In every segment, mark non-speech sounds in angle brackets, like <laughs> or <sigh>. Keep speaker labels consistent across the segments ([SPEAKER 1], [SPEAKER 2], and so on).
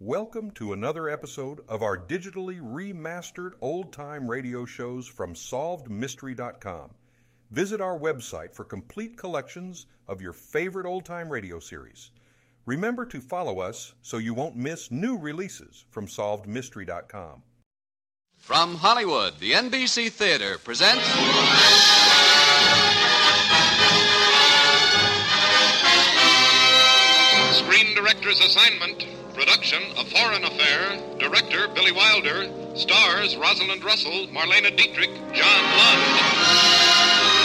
[SPEAKER 1] Welcome to another episode of our digitally remastered old time radio shows from SolvedMystery.com. Visit our website for complete collections of your favorite old time radio series. Remember to follow us so you won't miss new releases from SolvedMystery.com.
[SPEAKER 2] From Hollywood, the NBC Theater presents.
[SPEAKER 3] Screen Director's Assignment, production A Foreign Affair, director Billy Wilder, stars Rosalind Russell, Marlena Dietrich, John Lund.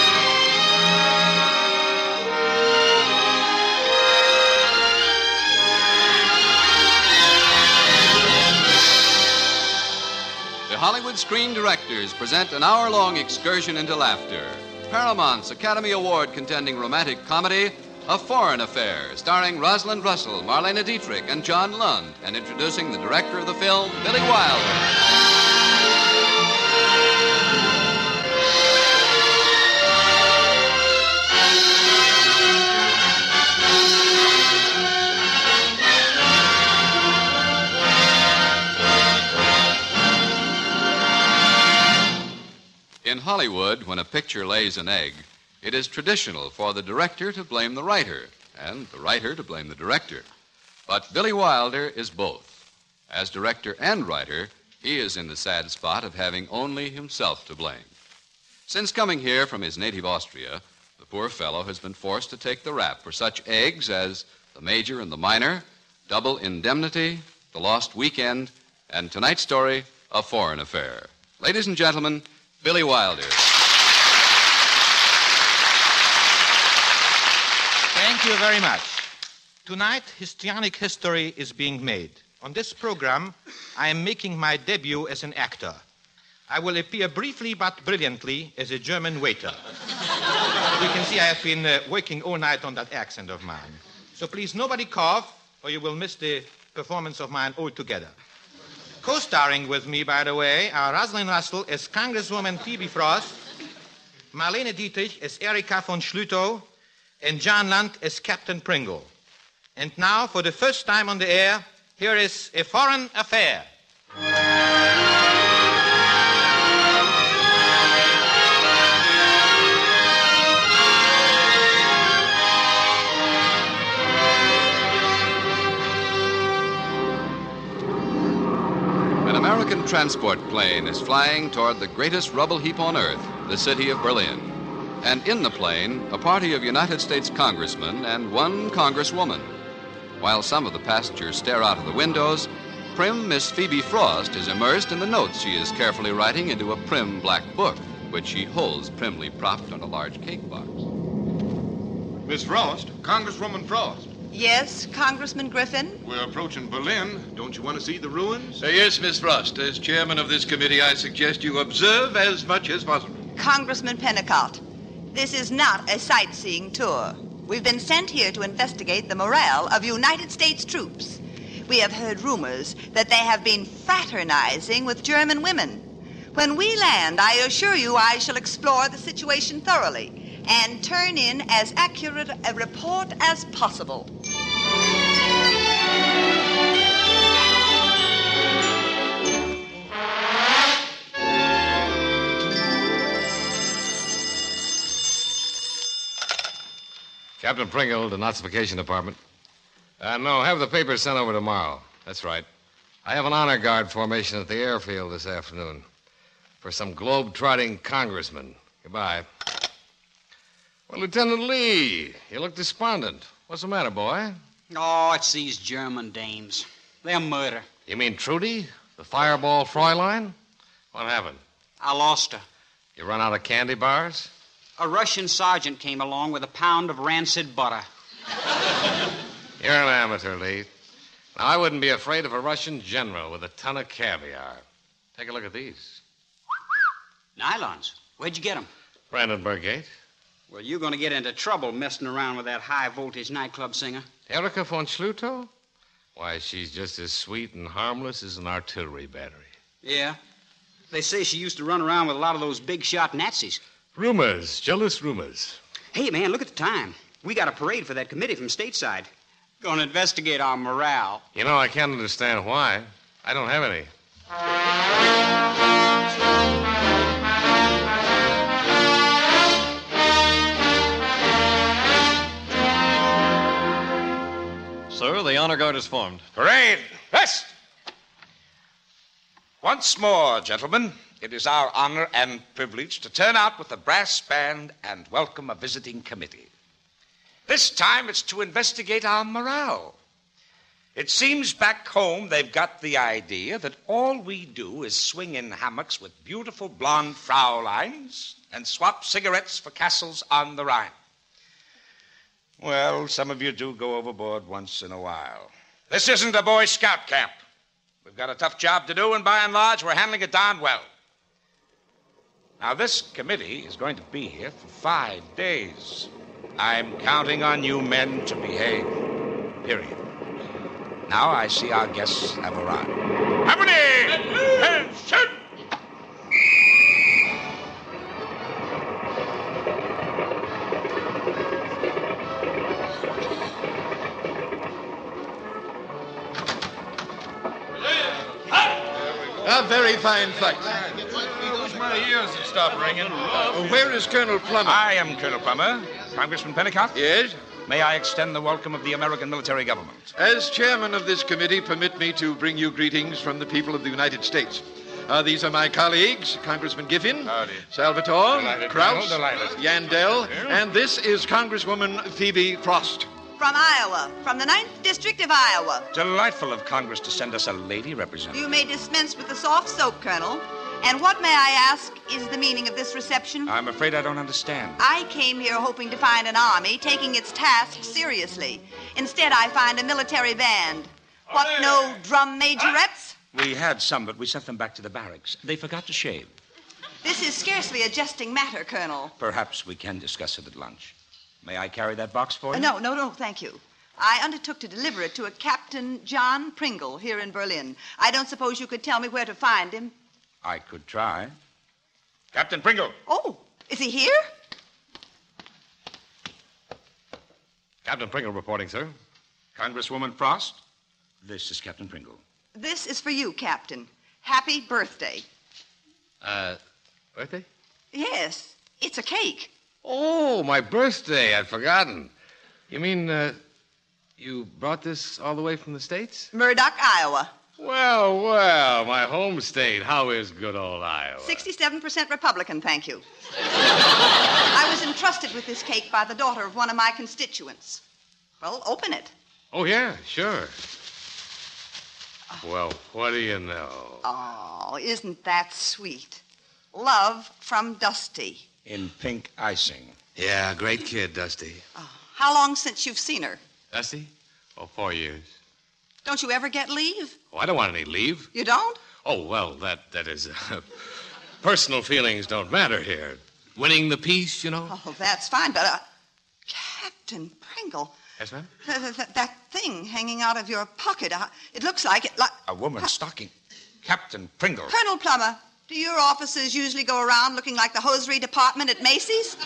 [SPEAKER 2] The Hollywood Screen Directors present an hour long excursion into laughter. Paramount's Academy Award contending romantic comedy, A Foreign Affair, starring Rosalind Russell, Marlena Dietrich, and John Lund, and introducing the director of the film, Billy Wilder. In Hollywood, when a picture lays an egg, it is traditional for the director to blame the writer, and the writer to blame the director. But Billy Wilder is both. As director and writer, he is in the sad spot of having only himself to blame. Since coming here from his native Austria, the poor fellow has been forced to take the rap for such eggs as The Major and the Minor, Double Indemnity, The Lost Weekend, and tonight's story, A Foreign Affair. Ladies and gentlemen, Billy Wilder.
[SPEAKER 4] Thank you very much. Tonight, histrionic history is being made. On this program, I am making my debut as an actor. I will appear briefly but brilliantly as a German waiter. you can see I have been uh, working all night on that accent of mine. So please, nobody cough, or you will miss the performance of mine altogether. Co starring with me, by the way, are Rosalind Russell as Congresswoman Phoebe Frost, Marlene Dietrich as Erika von Schlüter, and John Lund as Captain Pringle. And now, for the first time on the air, here is A Foreign Affair.
[SPEAKER 2] An American transport plane is flying toward the greatest rubble heap on earth, the city of Berlin. And in the plane, a party of United States congressmen and one congresswoman. While some of the passengers stare out of the windows, prim Miss Phoebe Frost is immersed in the notes she is carefully writing into a prim black book, which she holds primly propped on a large cake box.
[SPEAKER 5] Miss Frost, Congresswoman Frost,
[SPEAKER 6] Yes, Congressman Griffin?
[SPEAKER 5] we're approaching Berlin. Don't you want to see the ruins?
[SPEAKER 7] yes, Miss Frost. As chairman of this committee, I suggest you observe as much as possible.
[SPEAKER 6] Congressman Pennicott. This is not a sightseeing tour. We've been sent here to investigate the morale of United States troops. We have heard rumors that they have been fraternizing with German women. When we land, I assure you I shall explore the situation thoroughly and turn in as accurate a report as possible.
[SPEAKER 8] Captain Pringle, the Nazification Department. Uh, no, have the papers sent over tomorrow. That's right. I have an honor guard formation at the airfield this afternoon for some globe-trotting congressman. Goodbye. Well, Lieutenant Lee, you look despondent. What's the matter, boy?
[SPEAKER 9] Oh, it's these German dames. They're murder.
[SPEAKER 8] You mean Trudy? The fireball Fräulein? What happened?
[SPEAKER 9] I lost her.
[SPEAKER 8] You run out of candy bars?
[SPEAKER 9] A Russian sergeant came along with a pound of rancid butter.
[SPEAKER 8] You're an amateur, Lee. Now, I wouldn't be afraid of a Russian general with a ton of caviar. Take a look at these.
[SPEAKER 9] Nylons. Where'd you get 'em?
[SPEAKER 8] Brandenburg Gate.
[SPEAKER 9] Well, you're going to get into trouble messing around with that high voltage nightclub singer.
[SPEAKER 8] Erika von Schluto? Why, she's just as sweet and harmless as an artillery battery.
[SPEAKER 9] Yeah. They say she used to run around with a lot of those big shot Nazis.
[SPEAKER 8] Rumors, jealous rumors.
[SPEAKER 9] Hey, man, look at the time. We got a parade for that committee from stateside. Going to investigate our morale.
[SPEAKER 8] You know, I can't understand why. I don't have any.
[SPEAKER 10] Sir, the honor guard is formed.
[SPEAKER 11] Parade! Rest! Once more, gentlemen, it is our honor and privilege to turn out with the brass band and welcome a visiting committee. This time it's to investigate our morale. It seems back home they've got the idea that all we do is swing in hammocks with beautiful blonde frauleins and swap cigarettes for castles on the Rhine. Well, some of you do go overboard once in a while. This isn't a Boy Scout camp. We've got a tough job to do, and by and large, we're handling it darn well. Now, this committee is going to be here for five days. I'm counting on you men to behave. Period. Now I see our guests have arrived. Harmony! Attention!
[SPEAKER 12] A very fine fight.
[SPEAKER 5] Uh, My ears have stopped ringing.
[SPEAKER 12] Uh, where is Colonel Plummer?
[SPEAKER 11] I am Colonel Plummer. Congressman Pennicott?
[SPEAKER 12] Yes?
[SPEAKER 11] May I extend the welcome of the American military government?
[SPEAKER 12] As chairman of this committee, permit me to bring you greetings from the people of the United States. Uh, these are my colleagues, Congressman Giffin, Salvatore,
[SPEAKER 11] Delighted, Colonel,
[SPEAKER 12] Krauss,
[SPEAKER 11] delighted.
[SPEAKER 12] Yandel, and this is Congresswoman Phoebe Frost.
[SPEAKER 6] From Iowa, from the Ninth District of Iowa.
[SPEAKER 11] Delightful of Congress to send us a lady representative.
[SPEAKER 6] You may dispense with the soft soap, Colonel. And what, may I ask, is the meaning of this reception?
[SPEAKER 11] I'm afraid I don't understand.
[SPEAKER 6] I came here hoping to find an army taking its task seriously. Instead, I find a military band. What, no drum majorettes?
[SPEAKER 11] We had some, but we sent them back to the barracks. They forgot to shave.
[SPEAKER 6] This is scarcely a jesting matter, Colonel.
[SPEAKER 11] Perhaps we can discuss it at lunch. May I carry that box for
[SPEAKER 6] Uh,
[SPEAKER 11] you?
[SPEAKER 6] no, no, no, thank you. I undertook to deliver it to a Captain John Pringle here in Berlin. I don't suppose you could tell me where to find him.
[SPEAKER 11] I could try. Captain Pringle.
[SPEAKER 6] Oh, is he here?
[SPEAKER 11] Captain Pringle reporting, sir. Congresswoman Frost. This is Captain Pringle.
[SPEAKER 6] This is for you, Captain. Happy birthday.
[SPEAKER 8] Uh, birthday?
[SPEAKER 6] Yes, it's a cake.
[SPEAKER 8] Oh, my birthday. I'd forgotten. You mean, uh, you brought this all the way from the States?
[SPEAKER 6] Murdoch, Iowa.
[SPEAKER 8] Well, well, my home state. How is good old Iowa?
[SPEAKER 6] 67% Republican, thank you. I was entrusted with this cake by the daughter of one of my constituents. Well, open it.
[SPEAKER 8] Oh, yeah, sure. Well, what do you know?
[SPEAKER 6] Oh, isn't that sweet? Love from Dusty.
[SPEAKER 11] In pink icing.
[SPEAKER 8] Yeah, great kid, Dusty.
[SPEAKER 6] How long since you've seen her?
[SPEAKER 8] Dusty? Oh, four years.
[SPEAKER 6] Don't you ever get leave?
[SPEAKER 8] Oh, I don't want any leave.
[SPEAKER 6] You don't?
[SPEAKER 8] Oh, well, that, that is. Uh, <laughs> personal feelings don't matter here. Winning the peace, you know?
[SPEAKER 6] Oh, that's fine, but, uh, Captain Pringle,
[SPEAKER 8] Yes, ma'am?
[SPEAKER 6] th- th- th- that thing hanging out of your pocket, uh, it looks like it. Like...
[SPEAKER 11] A woman's stocking. Captain Pringle.
[SPEAKER 6] Colonel Plummer, do your officers usually go around looking like the hosiery department at Macy's?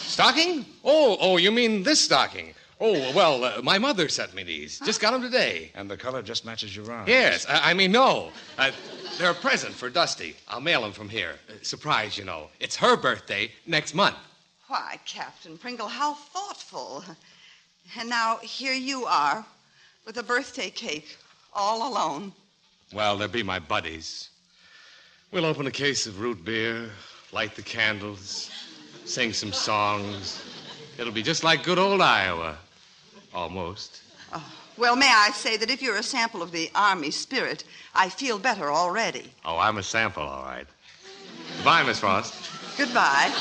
[SPEAKER 8] Stocking? Oh, oh, you mean this stocking? Oh, well, uh, my mother sent me these. Just got them today.
[SPEAKER 11] And the color just matches your arm.
[SPEAKER 8] Yes, I, I mean, no. Uh, they're a present for Dusty. I'll mail them from here. Uh, surprise, you know. It's her birthday next month.
[SPEAKER 6] Why, Captain Pringle, how thoughtful. And now here you are with a birthday cake all alone.
[SPEAKER 8] Well, they'll be my buddies. We'll open a case of root beer, light the candles, sing some songs. It'll be just like good old Iowa. Almost.
[SPEAKER 6] Well, may I say that if you're a sample of the Army spirit, I feel better already.
[SPEAKER 8] Oh, I'm a sample, all right. Goodbye, Miss Frost.
[SPEAKER 6] Goodbye.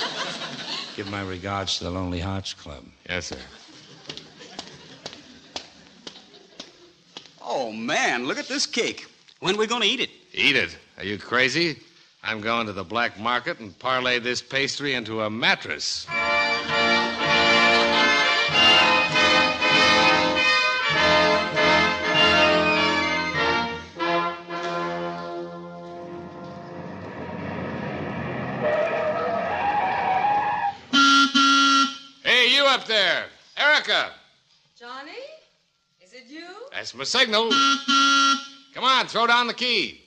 [SPEAKER 11] Give my regards to the Lonely Hearts Club.
[SPEAKER 8] Yes, sir.
[SPEAKER 9] Oh, man, look at this cake. When are we going to eat it?
[SPEAKER 8] Eat it. Are you crazy? I'm going to the black market and parlay this pastry into a mattress. Hey, you up there! Erica!
[SPEAKER 13] Johnny? Is
[SPEAKER 8] That's my signal. Come on, throw down the key.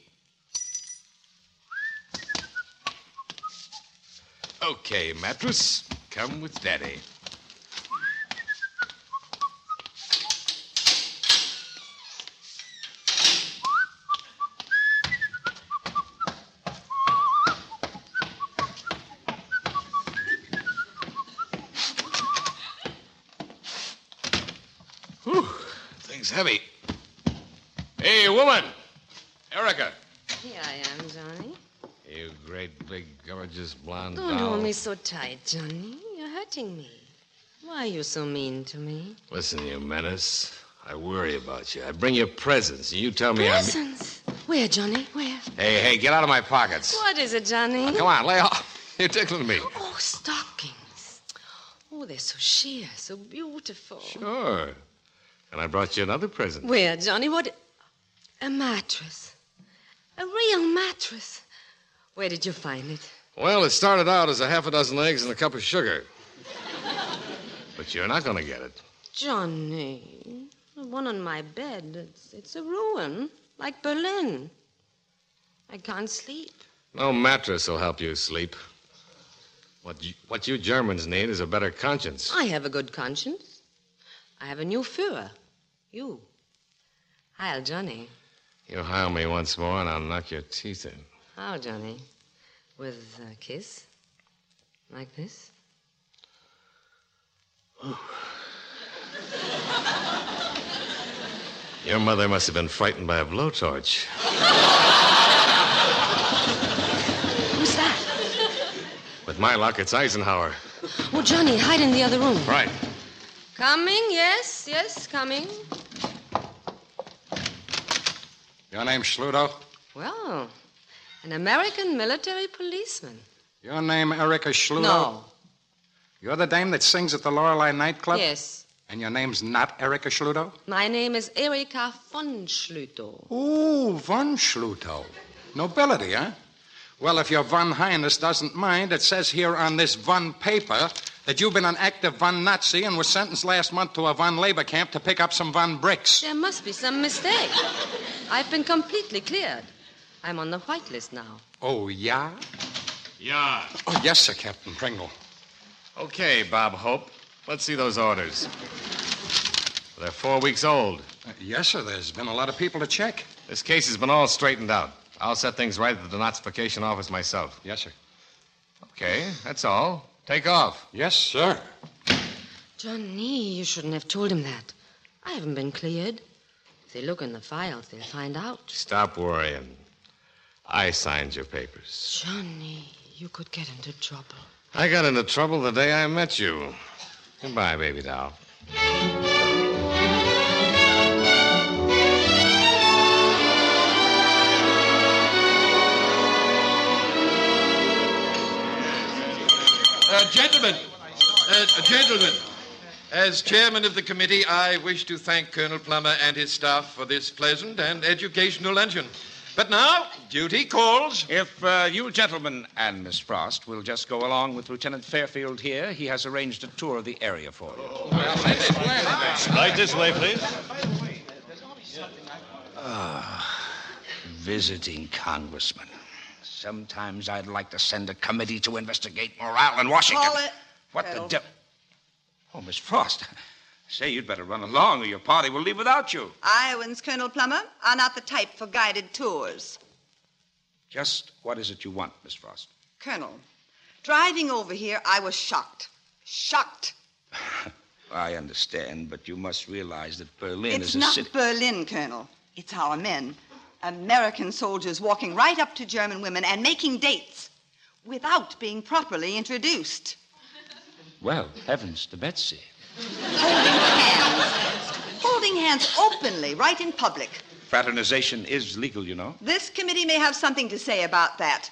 [SPEAKER 8] Okay, mattress, come with Daddy. Whew, thing's heavy. Hey, woman! Erica!
[SPEAKER 14] Here I am, Johnny.
[SPEAKER 8] You great, big, gorgeous blonde
[SPEAKER 14] Don't
[SPEAKER 8] doll.
[SPEAKER 14] hold me so tight, Johnny. You're hurting me. Why are you so mean to me?
[SPEAKER 8] Listen, you menace. I worry about you. I bring you presents, and you tell me
[SPEAKER 14] Presents? Where, Johnny? Where?
[SPEAKER 8] I'm. Hey, hey, get out of my pockets.
[SPEAKER 14] What is it, Johnny?
[SPEAKER 8] Come on, lay off. <laughs> You're tickling me.
[SPEAKER 14] Oh, stockings. Oh, they're so sheer, so beautiful.
[SPEAKER 8] Sure. And I brought you another present.
[SPEAKER 14] Where, Johnny? What? A mattress. A real mattress. Where did you find it?
[SPEAKER 8] Well, it started out as a half a dozen eggs and a cup of sugar. but you're not going to get it.
[SPEAKER 14] Johnny. The one on my bed. It's, it's a ruin, like Berlin. I can't sleep.
[SPEAKER 8] No mattress will help you sleep. What you, what you Germans need is a better conscience.
[SPEAKER 14] I have a good conscience. I have a new Führer. You. Heil, Johnny.
[SPEAKER 8] You hire me once more, and I'll knock your teeth in.
[SPEAKER 14] How, Johnny? With a kiss? Like this?
[SPEAKER 8] Your mother must have been frightened by a blowtorch.
[SPEAKER 14] Who's that?
[SPEAKER 8] With my luck, it's Eisenhower.
[SPEAKER 14] Oh, Johnny, hide in the other room.
[SPEAKER 8] Right.
[SPEAKER 14] Coming, yes, yes, coming.
[SPEAKER 7] Your name's Schluto?
[SPEAKER 14] Well, an American military policeman.
[SPEAKER 7] Your name Erica Schluto?
[SPEAKER 14] No.
[SPEAKER 7] You're the dame that sings at the Lorelei nightclub?
[SPEAKER 14] Yes.
[SPEAKER 7] And your name's not Erica Schluto?
[SPEAKER 14] My name is Erika von Schluto.
[SPEAKER 7] Ooh, von Schluto. Nobility, huh? Well, if your von Highness doesn't mind, it says here on this von paper that you've been an active von Nazi and was sentenced last month to a von labor camp to pick up some von bricks.
[SPEAKER 14] There must be some mistake. I've been completely cleared. I'm on the white list now.
[SPEAKER 7] Oh, yeah?
[SPEAKER 8] Yeah.
[SPEAKER 7] Oh, yes, sir, Captain Pringle.
[SPEAKER 8] Okay, Bob Hope. Let's see those orders. They're four weeks old.
[SPEAKER 7] Uh, yes, sir. There's been a lot of people to check.
[SPEAKER 8] This case has been all straightened out. I'll set things right at the denazification office myself.
[SPEAKER 7] Yes, sir.
[SPEAKER 8] Okay, that's all. Take off.
[SPEAKER 7] Yes, sir.
[SPEAKER 14] Johnny, you shouldn't have told him that. I haven't been cleared. If they look in the files, they'll find out.
[SPEAKER 8] Stop worrying. I signed your papers.
[SPEAKER 14] Johnny, you could get into trouble.
[SPEAKER 8] I got into trouble the day I met you. Goodbye, baby doll.
[SPEAKER 12] Uh, gentlemen,
[SPEAKER 7] uh,
[SPEAKER 12] gentlemen, as chairman of the committee, I wish to thank Colonel Plummer and his staff for this pleasant and educational luncheon. But now, duty calls.
[SPEAKER 11] If uh, you gentlemen and Miss Frost will just go along with Lieutenant Fairfield here, he has arranged a tour of the area for you.
[SPEAKER 10] Light this way, please.
[SPEAKER 11] Ah, visiting congressman. Sometimes I'd like to send a committee to investigate morale in Washington.
[SPEAKER 6] Call it.
[SPEAKER 11] What the devil? Oh, Miss Frost. <laughs> Say, you'd better run along or your party will leave without you.
[SPEAKER 6] Iowans, Colonel Plummer, are not the type for guided tours.
[SPEAKER 11] Just what is it you want, Miss Frost?
[SPEAKER 6] Colonel, driving over here, I was shocked. Shocked.
[SPEAKER 11] I understand, but you must realize that Berlin
[SPEAKER 6] it's
[SPEAKER 11] is a
[SPEAKER 6] not
[SPEAKER 11] city.
[SPEAKER 6] Berlin, Colonel. It's our men. American soldiers walking right up to German women and making dates without being properly introduced.
[SPEAKER 11] Well, heavens to Betsy.
[SPEAKER 6] Holding hands openly, right in public.
[SPEAKER 11] Fraternization is legal, you know.
[SPEAKER 6] This committee may have something to say about that.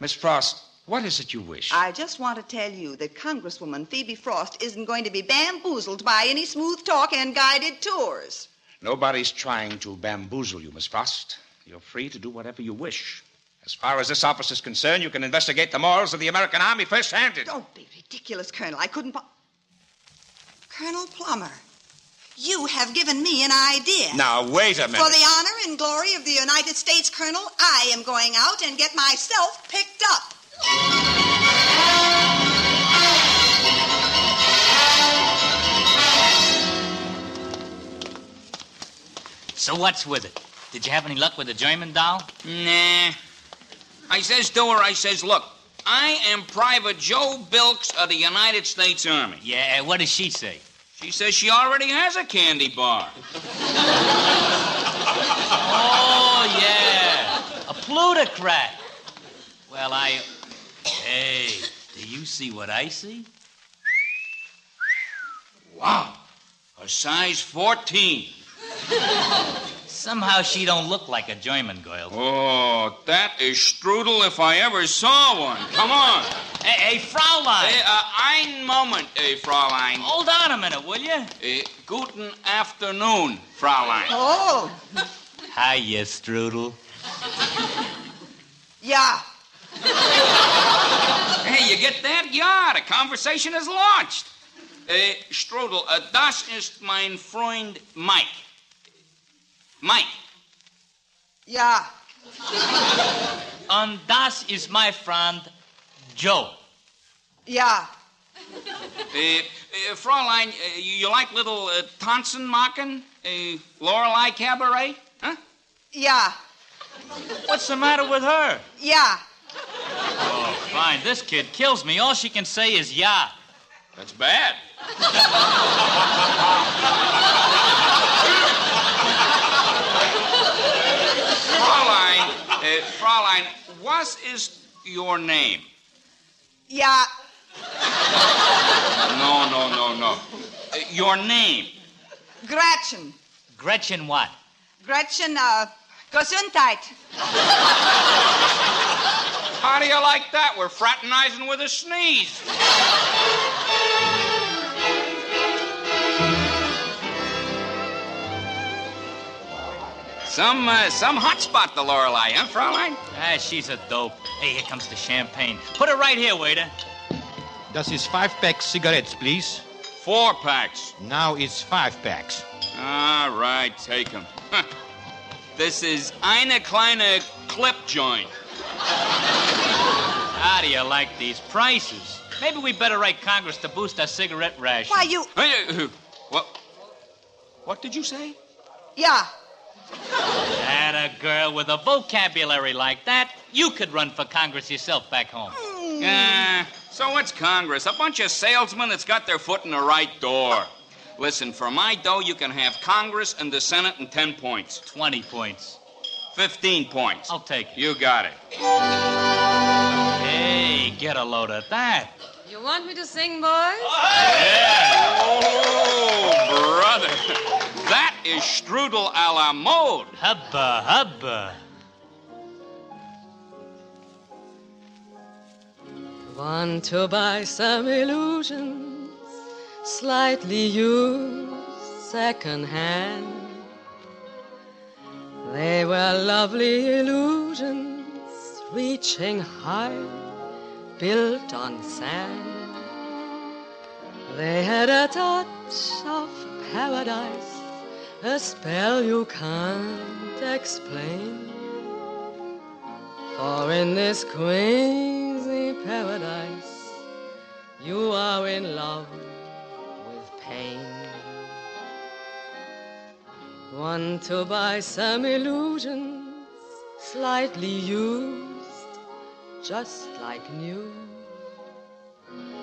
[SPEAKER 11] Miss Frost, what is it you wish?
[SPEAKER 6] I just want to tell you that Congresswoman Phoebe Frost isn't going to be bamboozled by any smooth talk and guided tours.
[SPEAKER 11] Nobody's trying to bamboozle you, Miss Frost. You're free to do whatever you wish. As far as this office is concerned, you can investigate the morals of the American Army first-handed.
[SPEAKER 6] Don't be ridiculous, Colonel. I couldn't. Po- Colonel Plummer, You have given me an idea.
[SPEAKER 11] Now, wait a minute.
[SPEAKER 6] For the honor and glory of the United States, Colonel, I am going out and get myself picked up.
[SPEAKER 15] So what's with it? Did you have any luck with the German doll?
[SPEAKER 16] Nah. I says to her, I says, look, I am Private Joe Bilks of the United States Army.
[SPEAKER 15] Yeah, Eh, what does she say?
[SPEAKER 16] She says she already has a candy bar.
[SPEAKER 15] Oh, yeah. A plutocrat. Well, I. Hey, do you see what I see?
[SPEAKER 16] Wow. A size 14.
[SPEAKER 15] Somehow she don't look like a German girl.
[SPEAKER 16] Oh, that is strudel if I ever saw one. Come on.
[SPEAKER 15] Hey, hey Fraulein.
[SPEAKER 16] Hey, uh, ein Moment, eh, Fraulein.
[SPEAKER 15] Hold on a minute, will you?
[SPEAKER 16] Eh, guten afternoon, Fraulein.
[SPEAKER 6] Oh,
[SPEAKER 15] Hiya, Strudel.
[SPEAKER 6] yeah.
[SPEAKER 16] Hey, you get that? Yeah, the conversation is launched. Eh, Strudel, uh, das ist mein Freund Mike. Mike.
[SPEAKER 6] Yeah.
[SPEAKER 15] And das is my friend Joe.
[SPEAKER 6] Yeah.
[SPEAKER 16] Eh, eh, Fraulein, eh, you, you like little uh, Tonsenmachen? Uh, Lorelei Cabaret? Huh?
[SPEAKER 6] Yeah.
[SPEAKER 15] What's the matter with her?
[SPEAKER 6] Yeah.
[SPEAKER 15] Oh, fine. This kid kills me. All she can say is yeah.
[SPEAKER 16] That's bad. Fraulein, eh, Fraulein, what is your name?
[SPEAKER 6] Yeah.
[SPEAKER 16] No, no, no, no. Eh, your name.
[SPEAKER 6] Gretchen.
[SPEAKER 15] Gretchen what?
[SPEAKER 6] Gretchen, uh, Gesundheit.
[SPEAKER 16] How do you like that? We're fraternizing with a sneeze. Some, uh, some hot spot, the Lorelei, huh, Fraulein?
[SPEAKER 15] Ah, she's a dope. Hey, here comes the champagne. Put her right here, waiter.
[SPEAKER 4] Does his five pack cigarettes, please?
[SPEAKER 16] Four packs.
[SPEAKER 4] Now it's five packs.
[SPEAKER 15] Ah,
[SPEAKER 16] All right, take
[SPEAKER 15] <laughs>
[SPEAKER 16] 'em. Huh. This is eine kleine clip
[SPEAKER 15] <laughs>
[SPEAKER 16] joint.
[SPEAKER 15] How do you like these prices? Maybe we better write Congress to boost our cigarette ration.
[SPEAKER 6] Why, you.
[SPEAKER 16] Hey, uh, What? What did you say?
[SPEAKER 6] Yeah.
[SPEAKER 15] That a girl with a vocabulary like that, you could run for Congress yourself back home.
[SPEAKER 16] Yeah. Eh, So what's Congress? A bunch of salesmen that's got their foot in the right door. Listen, for my dough, you can have Congress and the Senate in 10 points.
[SPEAKER 15] 20 points.
[SPEAKER 16] 15 points.
[SPEAKER 15] I'll take it.
[SPEAKER 16] You got it.
[SPEAKER 15] Hey, get a load of that.
[SPEAKER 13] You want me to sing, boys?
[SPEAKER 16] Oh, brother. <laughs> That is strudel a la mode.
[SPEAKER 15] Hubba, hubba.
[SPEAKER 13] Want to buy some illusions, slightly used, second hand. They were lovely illusions, reaching high, built on sand. They had a touch of paradise, a spell you can't explain. For in this crazy paradise, you are in love with pain. Want to buy some illusions, slightly used, just like new.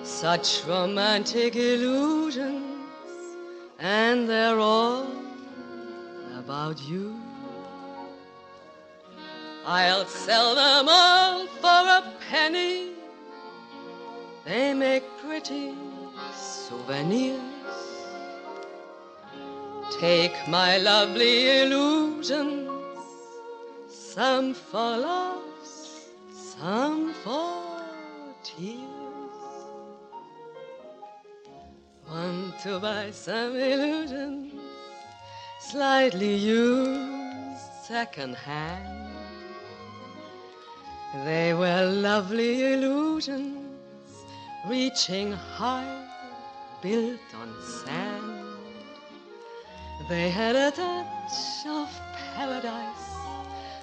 [SPEAKER 13] Such romantic illusions, and they're all about you. I'll sell them all for a penny. They make pretty souvenirs. Take my lovely illusions, some for laughs, some for tears. Want to buy some illusions, slightly used second hand. They were lovely illusions, reaching high, built on sand.
[SPEAKER 14] They had a touch of paradise,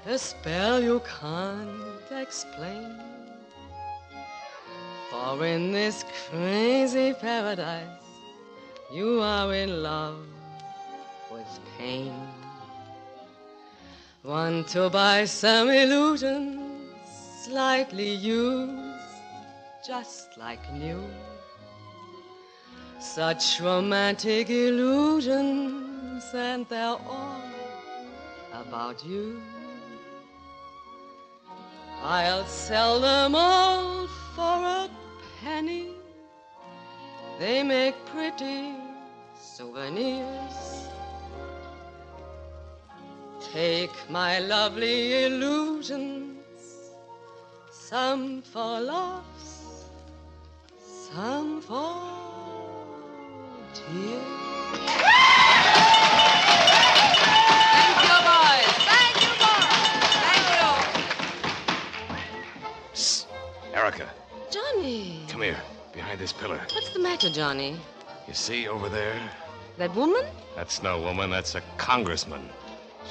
[SPEAKER 14] a spell you can't explain. For in this crazy paradise, you are in love with pain. Want to buy some illusions, slightly used, just like new. Such romantic illusions, and they're all about you. I'll sell them all for a penny. They make pretty souvenirs. Take my lovely illusions, some for laughs, some for tears.
[SPEAKER 6] Thank you, boys. Thank you, boys. Thank you.
[SPEAKER 8] Erica,
[SPEAKER 13] Johnny,
[SPEAKER 8] come here, behind this pillar.
[SPEAKER 13] what's the matter, Johnny?
[SPEAKER 8] You see over there?
[SPEAKER 13] That woman?
[SPEAKER 8] That's no woman, that's a congressman.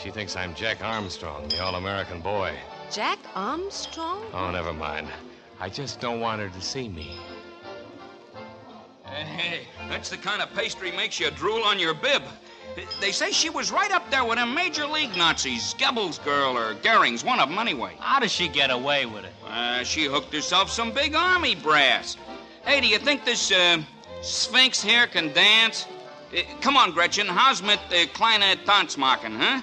[SPEAKER 8] She thinks I'm Jack Armstrong, the All American boy.
[SPEAKER 13] Jack Armstrong?
[SPEAKER 8] Oh, never mind. I just don't want her to see me.
[SPEAKER 16] Hey, that's the kind of pastry makes you drool on your bib. They say she was right up there with them major league Nazis, Goebbels girl or Goering's, one of them anyway. How does she get away with it? Uh, she hooked herself some big army brass. Hey, do you think this uh, Sphinx here can dance? Uh, come on, Gretchen. How's uh, mit the kleine Tanzmachen, huh?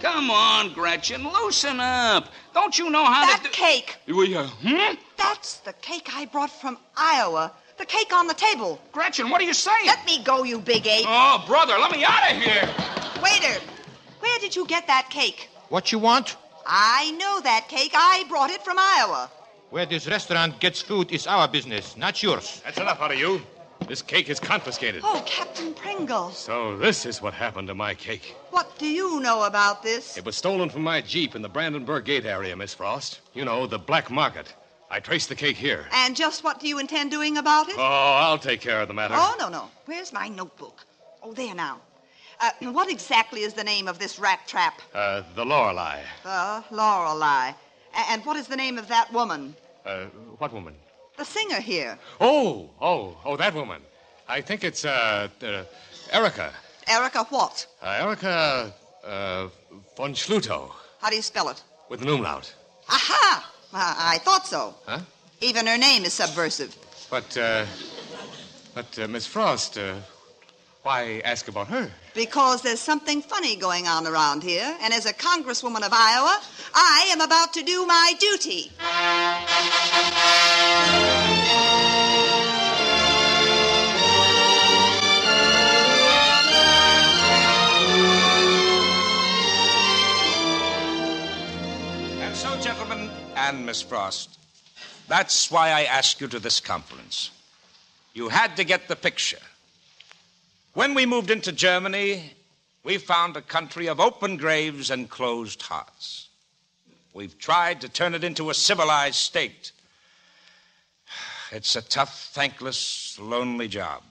[SPEAKER 16] Come on, Gretchen, loosen up. Don't you know how
[SPEAKER 6] That
[SPEAKER 16] to do...
[SPEAKER 6] cake.
[SPEAKER 16] Well, yeah, hmm?
[SPEAKER 6] That's the cake I brought from Iowa. The cake on the table.
[SPEAKER 16] Gretchen, what are you saying?
[SPEAKER 6] Let me go, you big ape.
[SPEAKER 16] Oh, brother, let me out of here.
[SPEAKER 6] Waiter, where did you get that cake?
[SPEAKER 4] What you want?
[SPEAKER 6] I know that cake. I brought it from Iowa.
[SPEAKER 4] Where this restaurant gets food is our business, not yours.
[SPEAKER 8] That's enough out of you. This cake is confiscated.
[SPEAKER 6] Oh, Captain Pringle,
[SPEAKER 8] So this is what happened to my cake.
[SPEAKER 6] what do you know about this?
[SPEAKER 8] It was stolen from my Jeep in the Brandenburg Gate area, Miss Frost. You know, the black market. I traced the cake here.
[SPEAKER 6] And just what do you intend doing about it?
[SPEAKER 8] Oh, I'll take care of the matter.
[SPEAKER 6] Oh, no, no. Where's my notebook? Oh, there now. Uh, what exactly is the name of this rat trap?
[SPEAKER 8] Uh, the Lorelei.
[SPEAKER 6] The Lorelei. A- and what is the name of that woman?
[SPEAKER 8] Uh, what woman?
[SPEAKER 6] The singer here.
[SPEAKER 8] Oh, oh, oh, that woman. I think it's, uh, uh Erica.
[SPEAKER 6] Erica what?
[SPEAKER 8] Uh, Erica, uh, von Schluto,
[SPEAKER 6] How do you spell it?
[SPEAKER 8] with an umlaut.
[SPEAKER 6] Aha! I, I thought so.
[SPEAKER 8] Huh?
[SPEAKER 6] Even her name is subversive.
[SPEAKER 8] But, uh, but, uh, Miss Frost, uh, why ask about her?
[SPEAKER 6] Because there's something funny going on around here, and as a congresswoman of Iowa, I am about to do my duty.
[SPEAKER 11] And so, gentlemen and Miss Frost, that's why I asked you to this conference. You had to get the picture. When we moved into Germany, we found a country of open graves and closed hearts. We've tried to turn it into a civilized state. It's a tough, thankless, lonely job.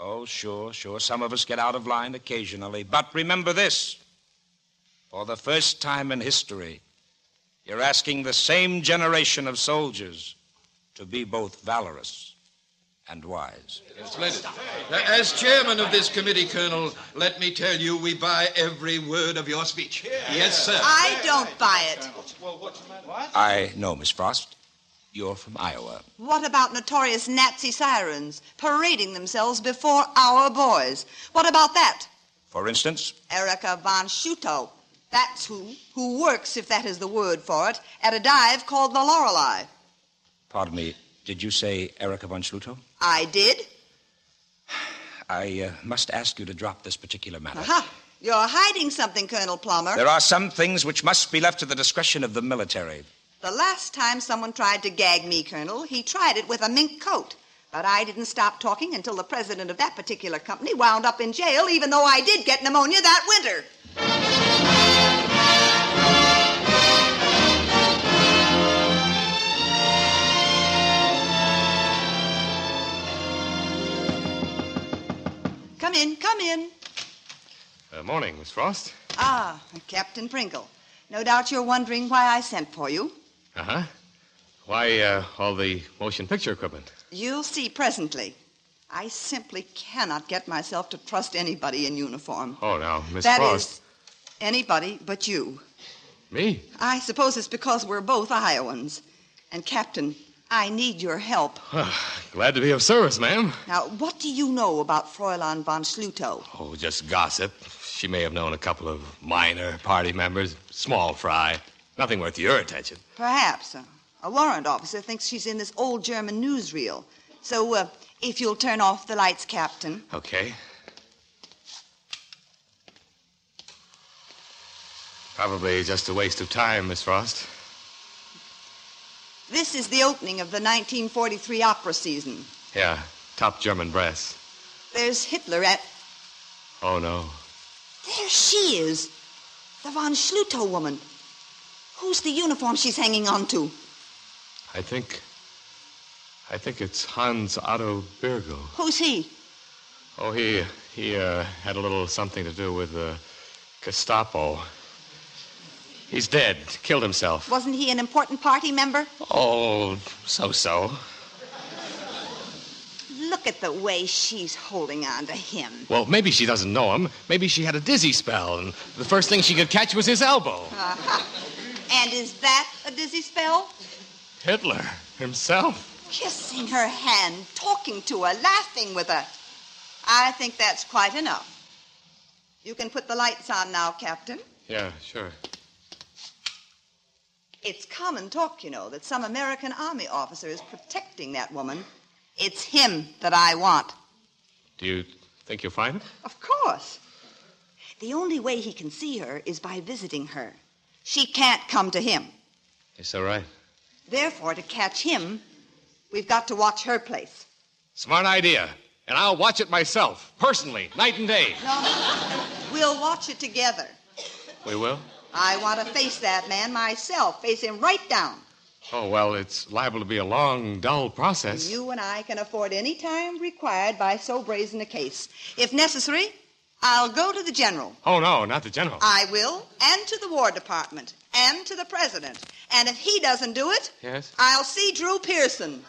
[SPEAKER 11] Oh, sure, sure, some of us get out of line occasionally. But remember this for the first time in history, you're asking the same generation of soldiers to be both valorous and wise.
[SPEAKER 12] Splendid. Uh, As chairman of this committee, Colonel, let me tell you, we buy every word of your speech. Yes, sir.
[SPEAKER 6] I don't buy it.
[SPEAKER 11] I know, Miss Frost. You're from Iowa.
[SPEAKER 6] What about notorious Nazi sirens parading themselves before our boys? What about that?
[SPEAKER 11] For instance,
[SPEAKER 6] Erica von Schuto. That's who, who works, if that is the word for it, at a dive called the Lorelei.
[SPEAKER 11] pardon me, did you say Erica von Schluto?
[SPEAKER 6] I did.
[SPEAKER 11] I uh, must ask you to drop this particular matter.
[SPEAKER 6] Aha! You're hiding something, Colonel Plummer.
[SPEAKER 11] There are some things which must be left to the discretion of the military.
[SPEAKER 6] The last time someone tried to gag me, Colonel, he tried it with a mink coat. But I didn't stop talking until the president of that particular company wound up in jail, even though I did get pneumonia that winter. Come in, come in.
[SPEAKER 8] Uh, morning, Miss Frost.
[SPEAKER 6] Ah, Captain Pringle. No doubt you're wondering why I sent for you.
[SPEAKER 8] Uh huh. Why, uh, all the motion picture equipment?
[SPEAKER 6] You'll see presently. I simply cannot get myself to trust anybody in uniform.
[SPEAKER 8] Oh, now, Miss
[SPEAKER 6] That
[SPEAKER 8] Frost.
[SPEAKER 6] is, anybody but you.
[SPEAKER 8] Me? <sighs>
[SPEAKER 6] I suppose it's because we're both Iowans. And, Captain, I need your help.
[SPEAKER 8] Glad to be of service, ma'am.
[SPEAKER 6] Now, what do you know about Fräulein von Schluto?
[SPEAKER 8] Oh, just gossip. She may have known a couple of minor party members, small fry. Nothing worth your attention.
[SPEAKER 6] Perhaps. A, a warrant officer thinks she's in this old German newsreel. So, uh, if you'll turn off the lights, Captain.
[SPEAKER 8] Okay. Probably just a waste of time, Miss Frost.
[SPEAKER 6] This is the opening of the 1943 opera season.
[SPEAKER 8] Yeah, top German brass.
[SPEAKER 6] There's Hitler at.
[SPEAKER 8] Oh, no.
[SPEAKER 6] There she is! The von Schluto woman. Who's the uniform she's hanging on to?
[SPEAKER 8] I think. I think it's Hans Otto Birgo.
[SPEAKER 6] Who's he?
[SPEAKER 8] Oh, he. He uh, had a little something to do with uh, Gestapo. He's dead, killed himself.
[SPEAKER 6] Wasn't he an important party member?
[SPEAKER 8] Oh, so so.
[SPEAKER 6] Look at the way she's holding on to him. <laughs>
[SPEAKER 8] Well, maybe she doesn't know him. Maybe she had a dizzy spell, and the first thing she could catch was his elbow.
[SPEAKER 6] Uh-huh. And is that a dizzy spell?
[SPEAKER 8] Hitler himself?
[SPEAKER 6] Kissing her hand, talking to her, laughing with her. I think that's quite enough. You can put the lights on now, Captain.
[SPEAKER 8] Yeah, sure.
[SPEAKER 6] It's common talk, you know, that some American army officer is protecting that woman. It's him that I want.
[SPEAKER 8] Do you think you'll find it?
[SPEAKER 6] Of course. The only way he can see her is by visiting her. She can't come to him.
[SPEAKER 8] It's all right.
[SPEAKER 6] Therefore, to catch him, we've got to watch her place.
[SPEAKER 8] Smart idea. And I'll watch it myself, personally, night and day.
[SPEAKER 6] No, we'll watch it together.
[SPEAKER 8] We will?
[SPEAKER 6] I want to face that man myself, face him right down.
[SPEAKER 8] Oh, well, it's liable to be a long, dull process.
[SPEAKER 6] You and I can afford any time required by so brazen a case. If necessary, I'll go to the general.
[SPEAKER 8] Oh, no, not the general.
[SPEAKER 6] I will, and to the War Department, and to the President. And if he doesn't do it,
[SPEAKER 8] Yes?
[SPEAKER 6] I'll see Drew Pearson.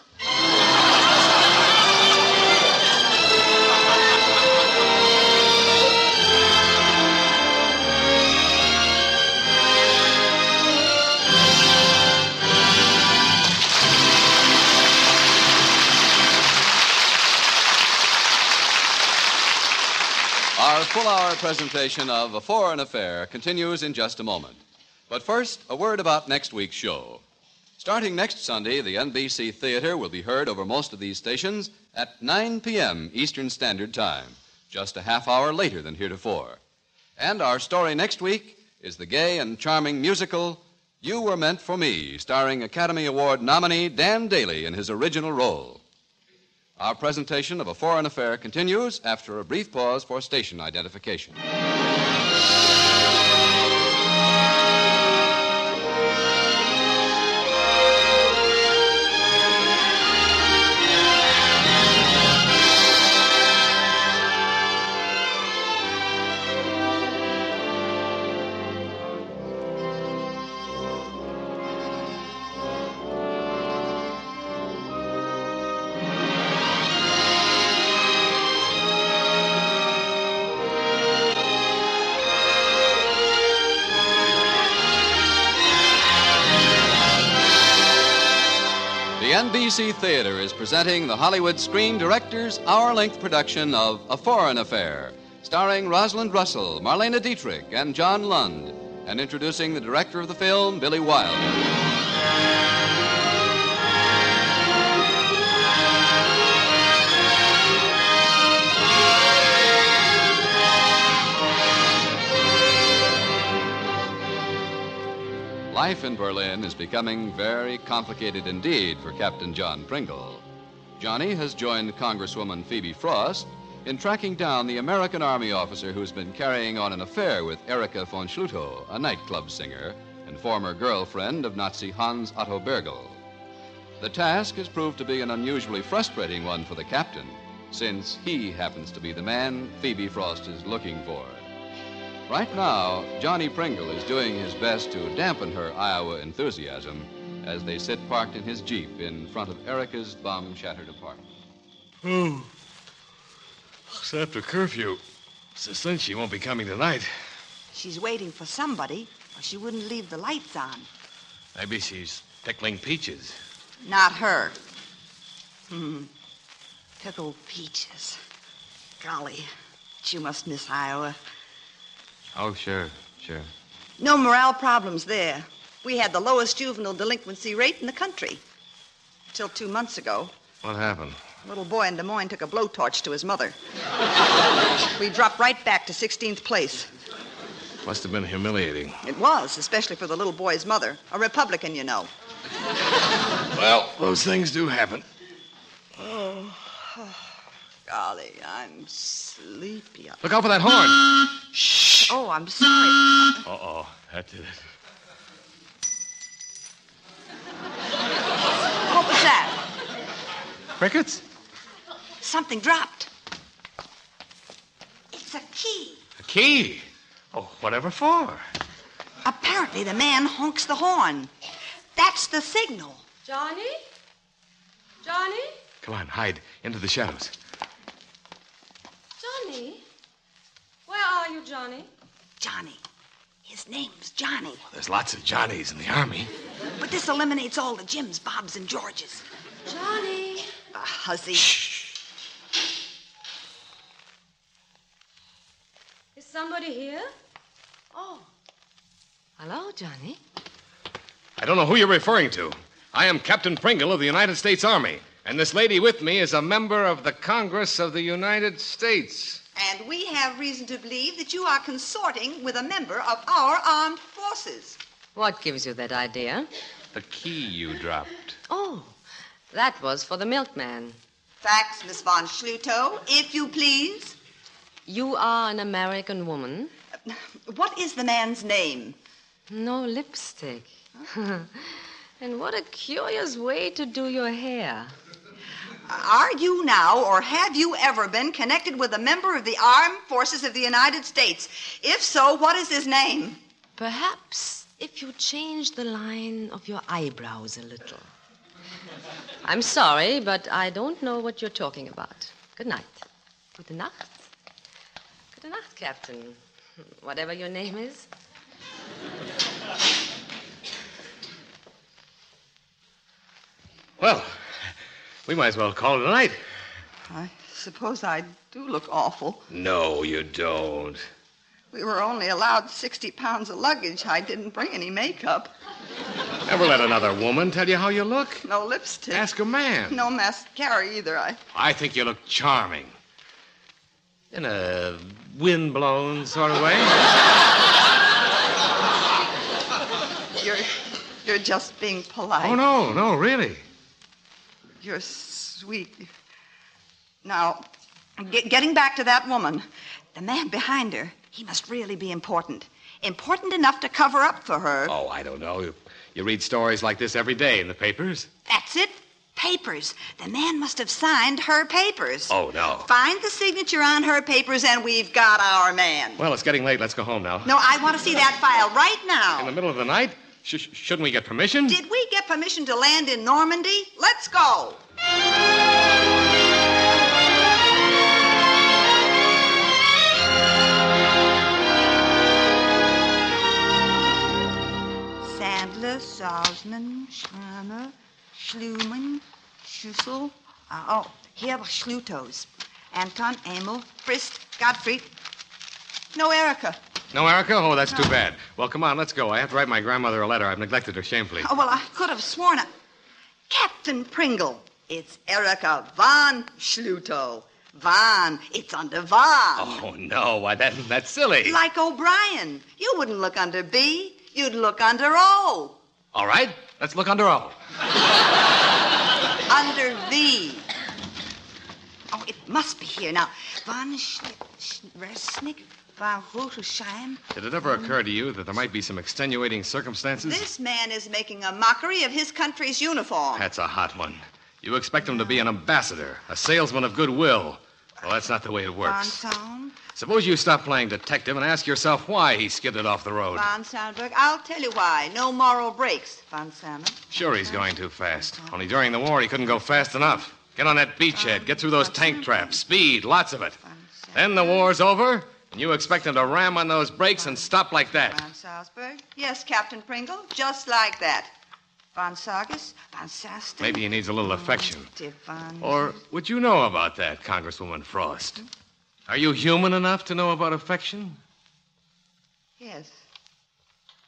[SPEAKER 2] Our full hour presentation of A Foreign Affair continues in just a moment. But first, a word about next week's show. Starting next Sunday, the NBC Theater will be heard over most of these stations at 9 p.m. Eastern Standard Time, just a half hour later than heretofore. And our story next week is the gay and charming musical You Were Meant for Me, starring Academy Award nominee Dan Daly in his original role. Our presentation of a foreign affair continues after a brief pause for station identification. The NBC Theater is presenting the Hollywood Screen Directors hour length production of A Foreign Affair, starring Rosalind Russell, Marlena Dietrich, and John Lund, and introducing the director of the film, Billy Wilder. Life in Berlin is becoming very complicated indeed for Captain John Pringle. Johnny has joined Congresswoman Phoebe Frost in tracking down the American Army officer who's been carrying on an affair with Erika von Schluto, a nightclub singer and former girlfriend of Nazi Hans Otto Bergel. The task has proved to be an unusually frustrating one for the captain, since he happens to be the man Phoebe Frost is looking for. Right now, Johnny Pringle is doing his best to dampen her Iowa enthusiasm as they sit parked in his Jeep in front of Erica's bomb shattered apartment.
[SPEAKER 6] <laughs>
[SPEAKER 10] Oh. It's after curfew. It's a cinch she won't be coming tonight.
[SPEAKER 6] She's waiting for somebody, or she wouldn't leave the lights on.
[SPEAKER 10] Maybe she's pickling peaches.
[SPEAKER 6] Not her. Hmm. Pickled peaches. Golly, you must miss Iowa.
[SPEAKER 8] Oh, sure, sure.
[SPEAKER 6] No morale problems there. We had the lowest juvenile delinquency rate in the country. Till two months ago,
[SPEAKER 8] What happened?
[SPEAKER 6] a little boy in Des Moines took a blowtorch to his mother. <laughs> we dropped right back to 16th place.
[SPEAKER 10] Must have been humiliating.
[SPEAKER 6] It was, especially for the little boy's mother, a Republican, you know.
[SPEAKER 10] Well, those things do happen.
[SPEAKER 6] Oh, <sighs> golly, I'm sleepy.
[SPEAKER 10] Look out for that horn.
[SPEAKER 6] Shh. Oh, I'm sorry.
[SPEAKER 10] Uh oh, that did it.
[SPEAKER 6] What was that?
[SPEAKER 8] Crickets?
[SPEAKER 6] Something dropped. It's a key.
[SPEAKER 10] A key. Oh, whatever for?
[SPEAKER 6] Apparently, the man honks the horn. That's the signal.
[SPEAKER 13] Johnny? Johnny?
[SPEAKER 10] Come on, hide into the shadows.
[SPEAKER 13] Johnny? Where are you, Johnny?
[SPEAKER 6] Johnny. His name's Johnny.
[SPEAKER 10] There's lots of Johnnies in the army.
[SPEAKER 6] But this eliminates all the Jims, Bobs, and Georges.
[SPEAKER 13] Johnny?
[SPEAKER 6] A hussy.
[SPEAKER 13] Is somebody here? Oh.
[SPEAKER 14] Hello, Johnny.
[SPEAKER 8] I don't know who you're referring to. I am Captain Pringle of the United States Army, and this lady with me is a member of the Congress of the United States.
[SPEAKER 6] And we have reason to believe that you are consorting with a member of our armed forces.
[SPEAKER 14] What gives you that idea?
[SPEAKER 8] The key you dropped.
[SPEAKER 14] Oh, that was for the milkman.
[SPEAKER 6] Facts, Miss von Schluto, if you please.
[SPEAKER 14] You are an American woman.
[SPEAKER 6] <sighs> What is the man's name?
[SPEAKER 14] No lipstick. <laughs> and what a curious way to do your hair.
[SPEAKER 6] Are you now, or have you ever been connected with a member of the armed forces of the United States? If so, what is his name?
[SPEAKER 14] Perhaps if you change the line of your eyebrows a little. I'm sorry, but I don't know what you're talking about. Good night. Gute Nacht. Gute Nacht, Captain. Whatever your name is.
[SPEAKER 8] Well, we might as well call it a night.
[SPEAKER 6] I suppose I do look awful.
[SPEAKER 8] No, you don't.
[SPEAKER 6] We were only allowed 60 pounds of luggage. I didn't bring any makeup,
[SPEAKER 8] Ever let another woman tell you how you look?
[SPEAKER 6] no lipstick,
[SPEAKER 8] Ask a man.
[SPEAKER 6] no mascara either. I <laughs>
[SPEAKER 8] I think you look charming. In a windblown sort of way.
[SPEAKER 6] You're you're just being polite.
[SPEAKER 8] Oh, no, no, really.
[SPEAKER 6] You're sweet. Now, get, getting back to that woman, the man behind her, he must really be important. Important enough to cover up for her.
[SPEAKER 8] Oh, I don't know. You, you read stories like this every day in the papers.
[SPEAKER 6] That's it. Papers. The man must have signed her papers.
[SPEAKER 8] Oh, no.
[SPEAKER 6] Find the signature on her papers, and we've got our man.
[SPEAKER 8] Well, it's getting late. Let's go home now.
[SPEAKER 6] No, I want to see that file right now.
[SPEAKER 8] In the middle of the night? Sh- sh- shouldn't we get permission?
[SPEAKER 6] Did we get permission to land in Normandy? Let's go. Sandler, Salzman, Schirmer, Schlumann, Schussel. Uh, oh, here were Schlutos. Anton, Emil, Frist, Gottfried. No Erica.
[SPEAKER 8] No, Erica? Oh, that's too bad. Well, come on, let's go. I have to write my grandmother a letter. I've neglected her shamefully.
[SPEAKER 6] Oh, well, I could have sworn. I... Captain Pringle, it's Erica von Schluto. Von, it's under von.
[SPEAKER 8] Oh, no. Why, that, that's silly.
[SPEAKER 6] Like O'Brien. You wouldn't look under B, you'd look under O.
[SPEAKER 8] All right, let's look under all.
[SPEAKER 6] Under V. Oh, it must be here now. Von Schli- Sch- Resnick, von Rotosheim.
[SPEAKER 8] Did it ever occur to you that there might be some extenuating circumstances?
[SPEAKER 6] This man is making a mockery of his country's uniform.
[SPEAKER 8] That's a hot one. You expect him to be an ambassador, a salesman of goodwill, Well, that's not the way it works.
[SPEAKER 6] Von
[SPEAKER 8] Suppose you stop playing detective and ask yourself why he skidded off the road.
[SPEAKER 6] Von Sandberg, I'll tell you why. No moral breaks, Von Salmon.
[SPEAKER 8] Sure, he's going too fast. Only during the war, he couldn't go fast enough. Get on that beachhead, get through those tank traps, speed, lots of it. Then the war's over, and you expect him to ram on those brakes and stop like that.
[SPEAKER 6] Von Salzburg? Yes, Captain Pringle, just like that. Von Sargas, Von Sasten.
[SPEAKER 8] Maybe he needs a little affection.
[SPEAKER 6] Von...
[SPEAKER 8] Or would you know about that, Congresswoman Frost? Are you human enough to know about affection?
[SPEAKER 6] Yes.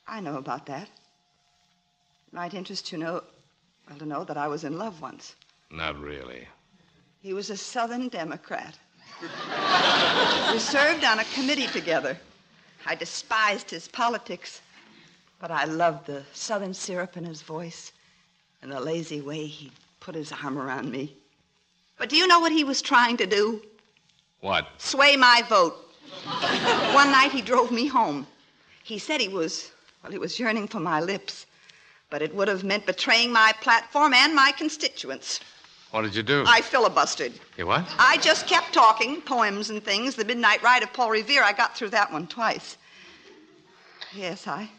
[SPEAKER 6] I know about that. It might interest you know, well, to know that I was in love once.
[SPEAKER 8] Not really.
[SPEAKER 6] He was a Southern Democrat. we served on a committee together. I despised his politics, but I loved the Southern syrup in his voice and the lazy way he put his arm around me. But do you know what he was trying to do?
[SPEAKER 8] What?
[SPEAKER 6] Sway my vote. One night he drove me home. He said he was, well, he was yearning for my lips, but it would have meant betraying my platform and my constituents.
[SPEAKER 8] What did you do?
[SPEAKER 6] I filibustered.
[SPEAKER 8] You what?
[SPEAKER 6] I just kept talking, poems and things. The Midnight Ride of Paul Revere, I got through that one twice. Yes, I.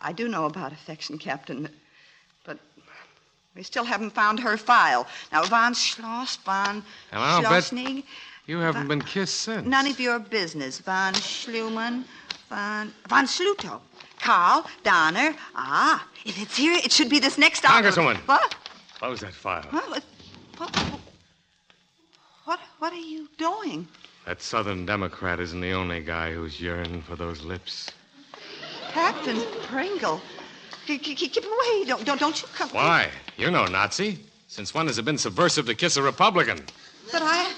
[SPEAKER 6] I do know about affection, Captain, but we still haven't found her file. Now, von Schloss, von
[SPEAKER 8] And I'll bet-
[SPEAKER 6] Schlossnig,
[SPEAKER 8] You haven't been kissed since.
[SPEAKER 6] none of your business. Von Schlumann, von, von Schluto, Karl, Donner. Ah, if it's here, it should be this next
[SPEAKER 8] Congresswoman.
[SPEAKER 6] envelope. What?
[SPEAKER 8] Close that file.
[SPEAKER 6] What? What? What? What are you doing?
[SPEAKER 8] That Southern Democrat isn't the only guy who's yearning for those lips.
[SPEAKER 6] Captain Pringle. Keep, keep away. Don't, don't, don't you come.
[SPEAKER 8] Why? You're no Nazi. Since when has it been subversive to kiss a Republican?
[SPEAKER 6] But I.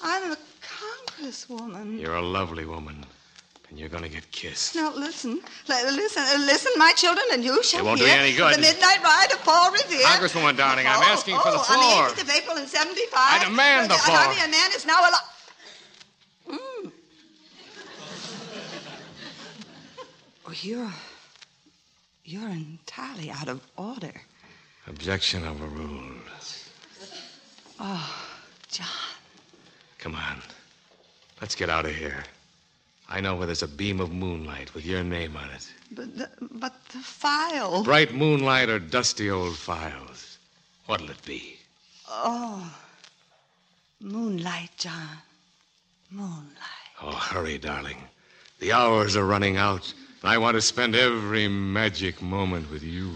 [SPEAKER 6] I'm a congresswoman.
[SPEAKER 8] You're a lovely woman, and you're going to get kissed.
[SPEAKER 6] Now, listen. L- listen, uh, listen, my children, and you shall
[SPEAKER 8] It won't do
[SPEAKER 6] hear
[SPEAKER 8] you any good.
[SPEAKER 6] the midnight ride of Paul Revere.
[SPEAKER 8] Congresswoman Darling, I'm
[SPEAKER 6] Oh,
[SPEAKER 8] asking for the
[SPEAKER 6] oh,
[SPEAKER 8] floor.
[SPEAKER 6] On the 8th of April in 75. I
[SPEAKER 8] demand the floor.
[SPEAKER 6] Army, a man is now alive. Mm. Oh, you're. You're entirely out of order.
[SPEAKER 8] Objection overruled.
[SPEAKER 6] Oh, John.
[SPEAKER 8] Come on. Let's get out of here. I know where there's a beam of moonlight with your name on it.
[SPEAKER 6] But the, but the file.
[SPEAKER 8] Bright moonlight or dusty old files. What'll it be?
[SPEAKER 6] Oh. Moonlight, John. Moonlight.
[SPEAKER 8] Oh, hurry, darling. The hours are running out, and I want to spend every magic moment with you.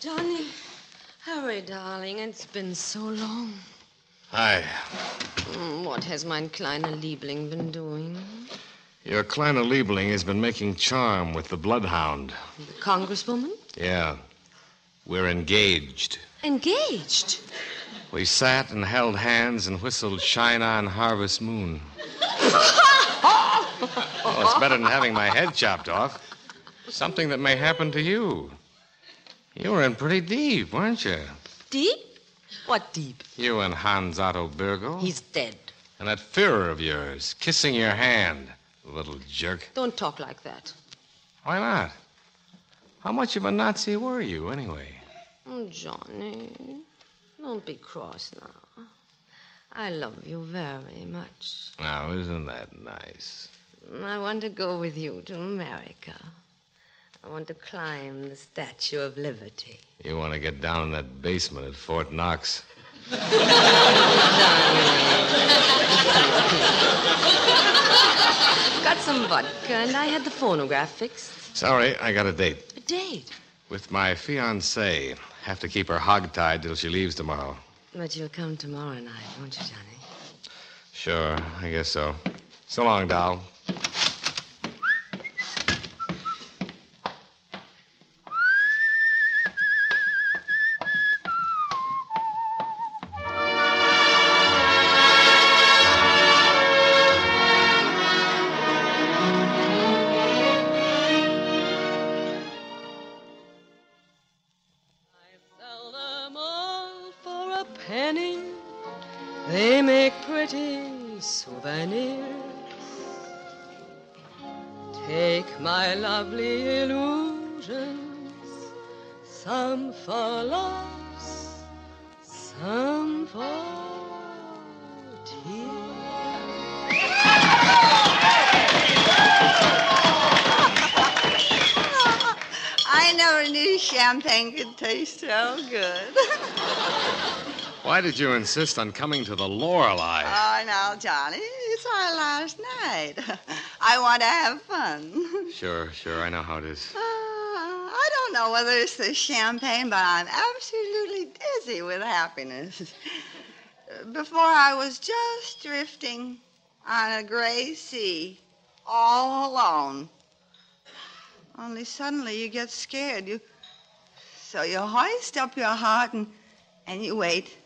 [SPEAKER 14] Johnny, hurry, darling. It's been so long.
[SPEAKER 8] Hi.
[SPEAKER 14] Mm, What has mein kleiner Liebling been doing?
[SPEAKER 8] Your kleiner Liebling has been making charm with the bloodhound.
[SPEAKER 14] The Congresswoman?
[SPEAKER 8] Yeah. We're engaged.
[SPEAKER 14] Engaged.
[SPEAKER 8] We sat and held hands and whistled Shine on Harvest Moon. Oh, it's better than having my head chopped off. Something that may happen to you. You were in pretty deep, weren't you?
[SPEAKER 14] Deep? What deep?
[SPEAKER 8] You and Hans Otto Birgel.
[SPEAKER 14] He's dead.
[SPEAKER 8] And that Führer of yours kissing your hand, little jerk.
[SPEAKER 14] Don't talk like that.
[SPEAKER 8] Why not? How much of a Nazi were you, anyway?
[SPEAKER 14] Oh, Johnny, don't be cross now. I love you very much.
[SPEAKER 8] Now, isn't that nice?
[SPEAKER 14] I want to go with you to America. I want to climb the Statue of Liberty.
[SPEAKER 8] You want to get down in that basement at Fort Knox.
[SPEAKER 14] Got some vodka, and I had the phonograph fixed.
[SPEAKER 8] Sorry, I got a date.
[SPEAKER 14] A date.
[SPEAKER 8] With my fiancée. Have to keep her hogtied till she leaves tomorrow.
[SPEAKER 14] But you'll come tomorrow night, won't you, Johnny?
[SPEAKER 8] Sure, I guess so. So long, doll.
[SPEAKER 14] pretty souvenirs. Take my lovely illusions, some for laughs, some for
[SPEAKER 6] I never knew champagne could taste so good. <laughs>
[SPEAKER 8] Why did you insist on coming to the Lorelei?
[SPEAKER 6] oh, now, Johnny, it's our last night. <laughs> I want to have fun. <laughs>
[SPEAKER 8] Sure, sure, I know how it is.
[SPEAKER 6] I don't know whether it's the champagne, but I'm absolutely dizzy with happiness. <laughs> Before I was just drifting on a gray sea, all alone. Only suddenly you get scared. You so you hoist up your heart and and you wait.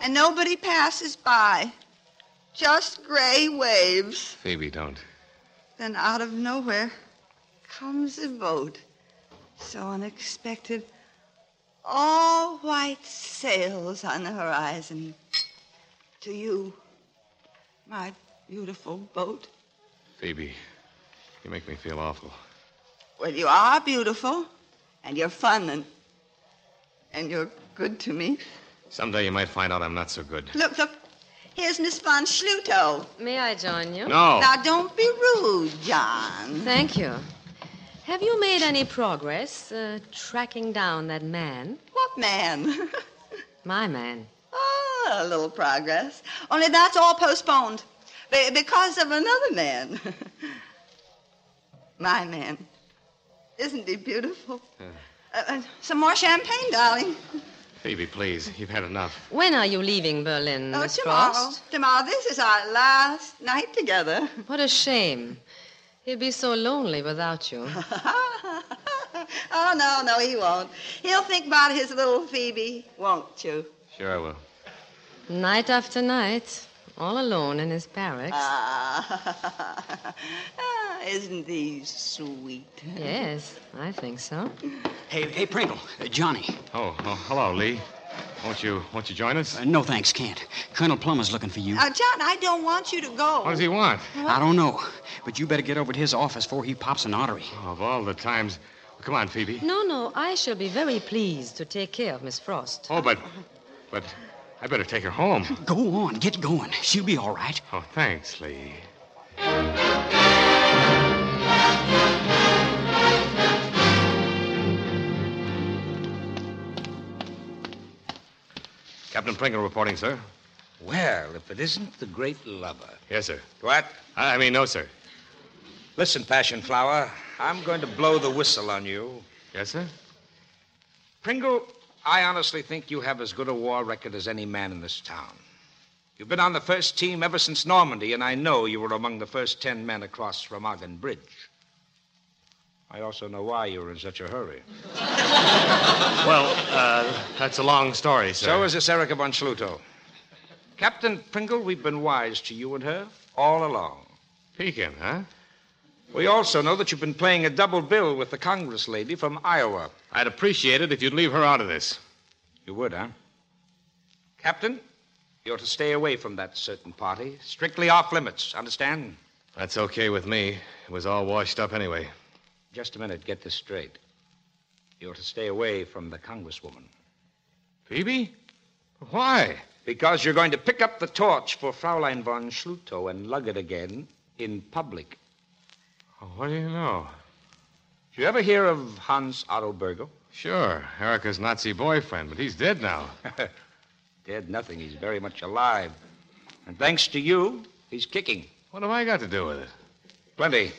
[SPEAKER 6] And nobody passes by. Just gray waves.
[SPEAKER 8] Phoebe, don't.
[SPEAKER 6] Then out of nowhere comes a boat. So unexpected. All white sails on the horizon. To you, my beautiful boat.
[SPEAKER 8] Phoebe, you make me feel awful.
[SPEAKER 6] Well, you are beautiful, and you're fun, and, and you're good to me.
[SPEAKER 8] Someday you might find out I'm not so good.
[SPEAKER 6] Look, look, here's Miss von Schluto.
[SPEAKER 14] May I join you?
[SPEAKER 8] No.
[SPEAKER 6] Now, don't be rude, John.
[SPEAKER 14] Thank you. Have you made any progress uh, tracking down that man?
[SPEAKER 6] What man? <laughs>
[SPEAKER 14] My man.
[SPEAKER 6] Ah, a little progress. Only that's all postponed be- because of another man. <laughs> My man. Isn't he beautiful? Uh, uh, some more champagne, darling.
[SPEAKER 8] Phoebe, please, you've had enough.
[SPEAKER 14] When are you leaving Berlin,
[SPEAKER 6] Oh,
[SPEAKER 14] Miss
[SPEAKER 6] tomorrow.
[SPEAKER 14] Frost?
[SPEAKER 6] Tomorrow. This is our last night together. <laughs>
[SPEAKER 14] What a shame. He'll be so lonely
[SPEAKER 6] <laughs>
[SPEAKER 14] without you.
[SPEAKER 6] Oh, no, no, he won't. He'll think about his little Phoebe, won't you?
[SPEAKER 8] Sure, I will.
[SPEAKER 14] night after night, all alone in his barracks.
[SPEAKER 6] <laughs> Uh. Ah, isn't he sweet?
[SPEAKER 14] Yes, I think so.
[SPEAKER 9] Hey, hey, Pringle, uh, Johnny.
[SPEAKER 8] Oh, oh, hello, Lee. Won't you won't you join us?
[SPEAKER 9] Uh, no thanks, can't. Colonel Plummer's looking for you.
[SPEAKER 6] Now, Uh, John, I don't want you to go.
[SPEAKER 8] What does he want?
[SPEAKER 9] I don't know, but you better get over to his office before he pops an artery.
[SPEAKER 8] of all the times. Come on, Phoebe.
[SPEAKER 14] No, no, I shall be very pleased to take care of Miss Frost.
[SPEAKER 8] Oh, but but I better take her home.
[SPEAKER 9] Go on, get going. She'll be all right.
[SPEAKER 8] Oh, thanks, Lee. Captain Pringle reporting, sir.
[SPEAKER 11] Well, if it isn't the great lover.
[SPEAKER 8] Yes, sir.
[SPEAKER 11] What?
[SPEAKER 8] I mean, no, sir.
[SPEAKER 11] Listen, Passion Flower, I'm going to blow the whistle on you.
[SPEAKER 8] Yes, sir?
[SPEAKER 11] Pringle, I honestly think you have as good a war record as any man in this town. You've been on the first team ever since Normandy, and I know you were among the first ten men across Remagen Bridge. I also know why you were in such a hurry.
[SPEAKER 8] <laughs> Well, uh, that's a long story, sir.
[SPEAKER 11] So is this Erica von Schluto. Captain Pringle, we've been wise to you and her all along.
[SPEAKER 8] Pekin, huh?
[SPEAKER 11] We also know that you've been playing a double bill with the Congress lady from Iowa.
[SPEAKER 8] I'd appreciate it if you'd leave her out of this.
[SPEAKER 11] You would, huh? Captain, you're to stay away from that certain party. Strictly off limits, understand?
[SPEAKER 8] That's okay with me. It was all washed up anyway.
[SPEAKER 11] Just a minute, get this straight. You're to stay away from the Congresswoman.
[SPEAKER 8] Phoebe? Why?
[SPEAKER 11] Because you're going to pick up the torch for Fraulein von Schluto and lug it again in public.
[SPEAKER 8] What do you know?
[SPEAKER 11] Did you ever hear of Hans Otto Berger?
[SPEAKER 8] Sure, Erica's Nazi boyfriend, but he's dead now.
[SPEAKER 11] <laughs> Dead nothing. He's very much alive. And thanks to you, he's kicking.
[SPEAKER 8] What have I got to do with it?
[SPEAKER 11] Plenty.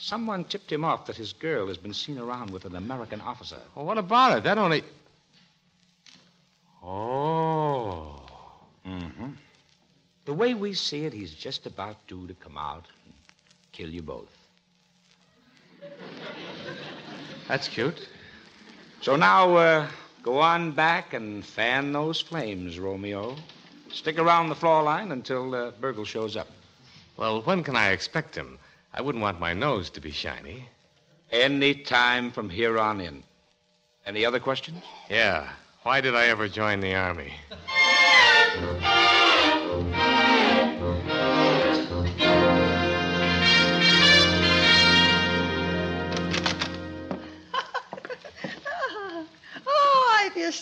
[SPEAKER 11] Someone tipped him off that his girl has been seen around with an American officer.
[SPEAKER 8] Well, what about it? That only. Oh.
[SPEAKER 11] Mm-hmm. The way we see it, he's just about due to come out and kill you both.
[SPEAKER 8] That's cute.
[SPEAKER 11] So now, uh, go on back and fan those flames, Romeo. Stick around the floor line until uh, Burgle shows up.
[SPEAKER 8] Well, when can I expect him? I wouldn't want my nose to be shiny.
[SPEAKER 11] Any time from here on in. Any other questions?
[SPEAKER 8] Yeah. Why did I ever join the army?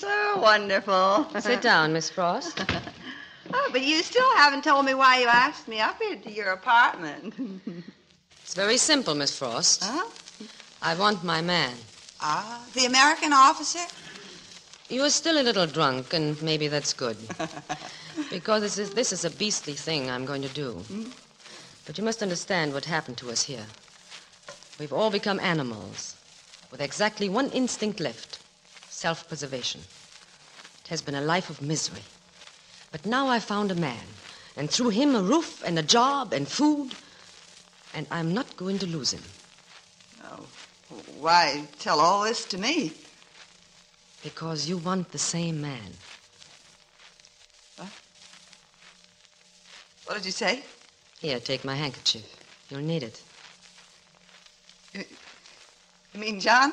[SPEAKER 6] Oh, wonderful.
[SPEAKER 14] Sit down, Miss Frost.
[SPEAKER 6] Oh, but you still haven't told me why you asked me up here to your apartment. <laughs>
[SPEAKER 14] It's very simple, Miss Frost.
[SPEAKER 6] Huh?
[SPEAKER 14] I want my man.
[SPEAKER 6] Ah, the American officer?
[SPEAKER 14] You are still a little drunk, and maybe that's good. <laughs> because this is, this is a beastly thing I'm going to do.
[SPEAKER 6] Hmm?
[SPEAKER 14] But you must understand what happened to us here. We've all become animals with exactly one instinct left self preservation. It has been a life of misery. But now I found a man, and through him a roof and a job and food, and I'm not going to lose him.
[SPEAKER 6] Oh, why tell all this to me?
[SPEAKER 14] Because you want the same man.
[SPEAKER 6] What did you say?
[SPEAKER 14] Here, take my handkerchief. You'll need it.
[SPEAKER 6] You mean John?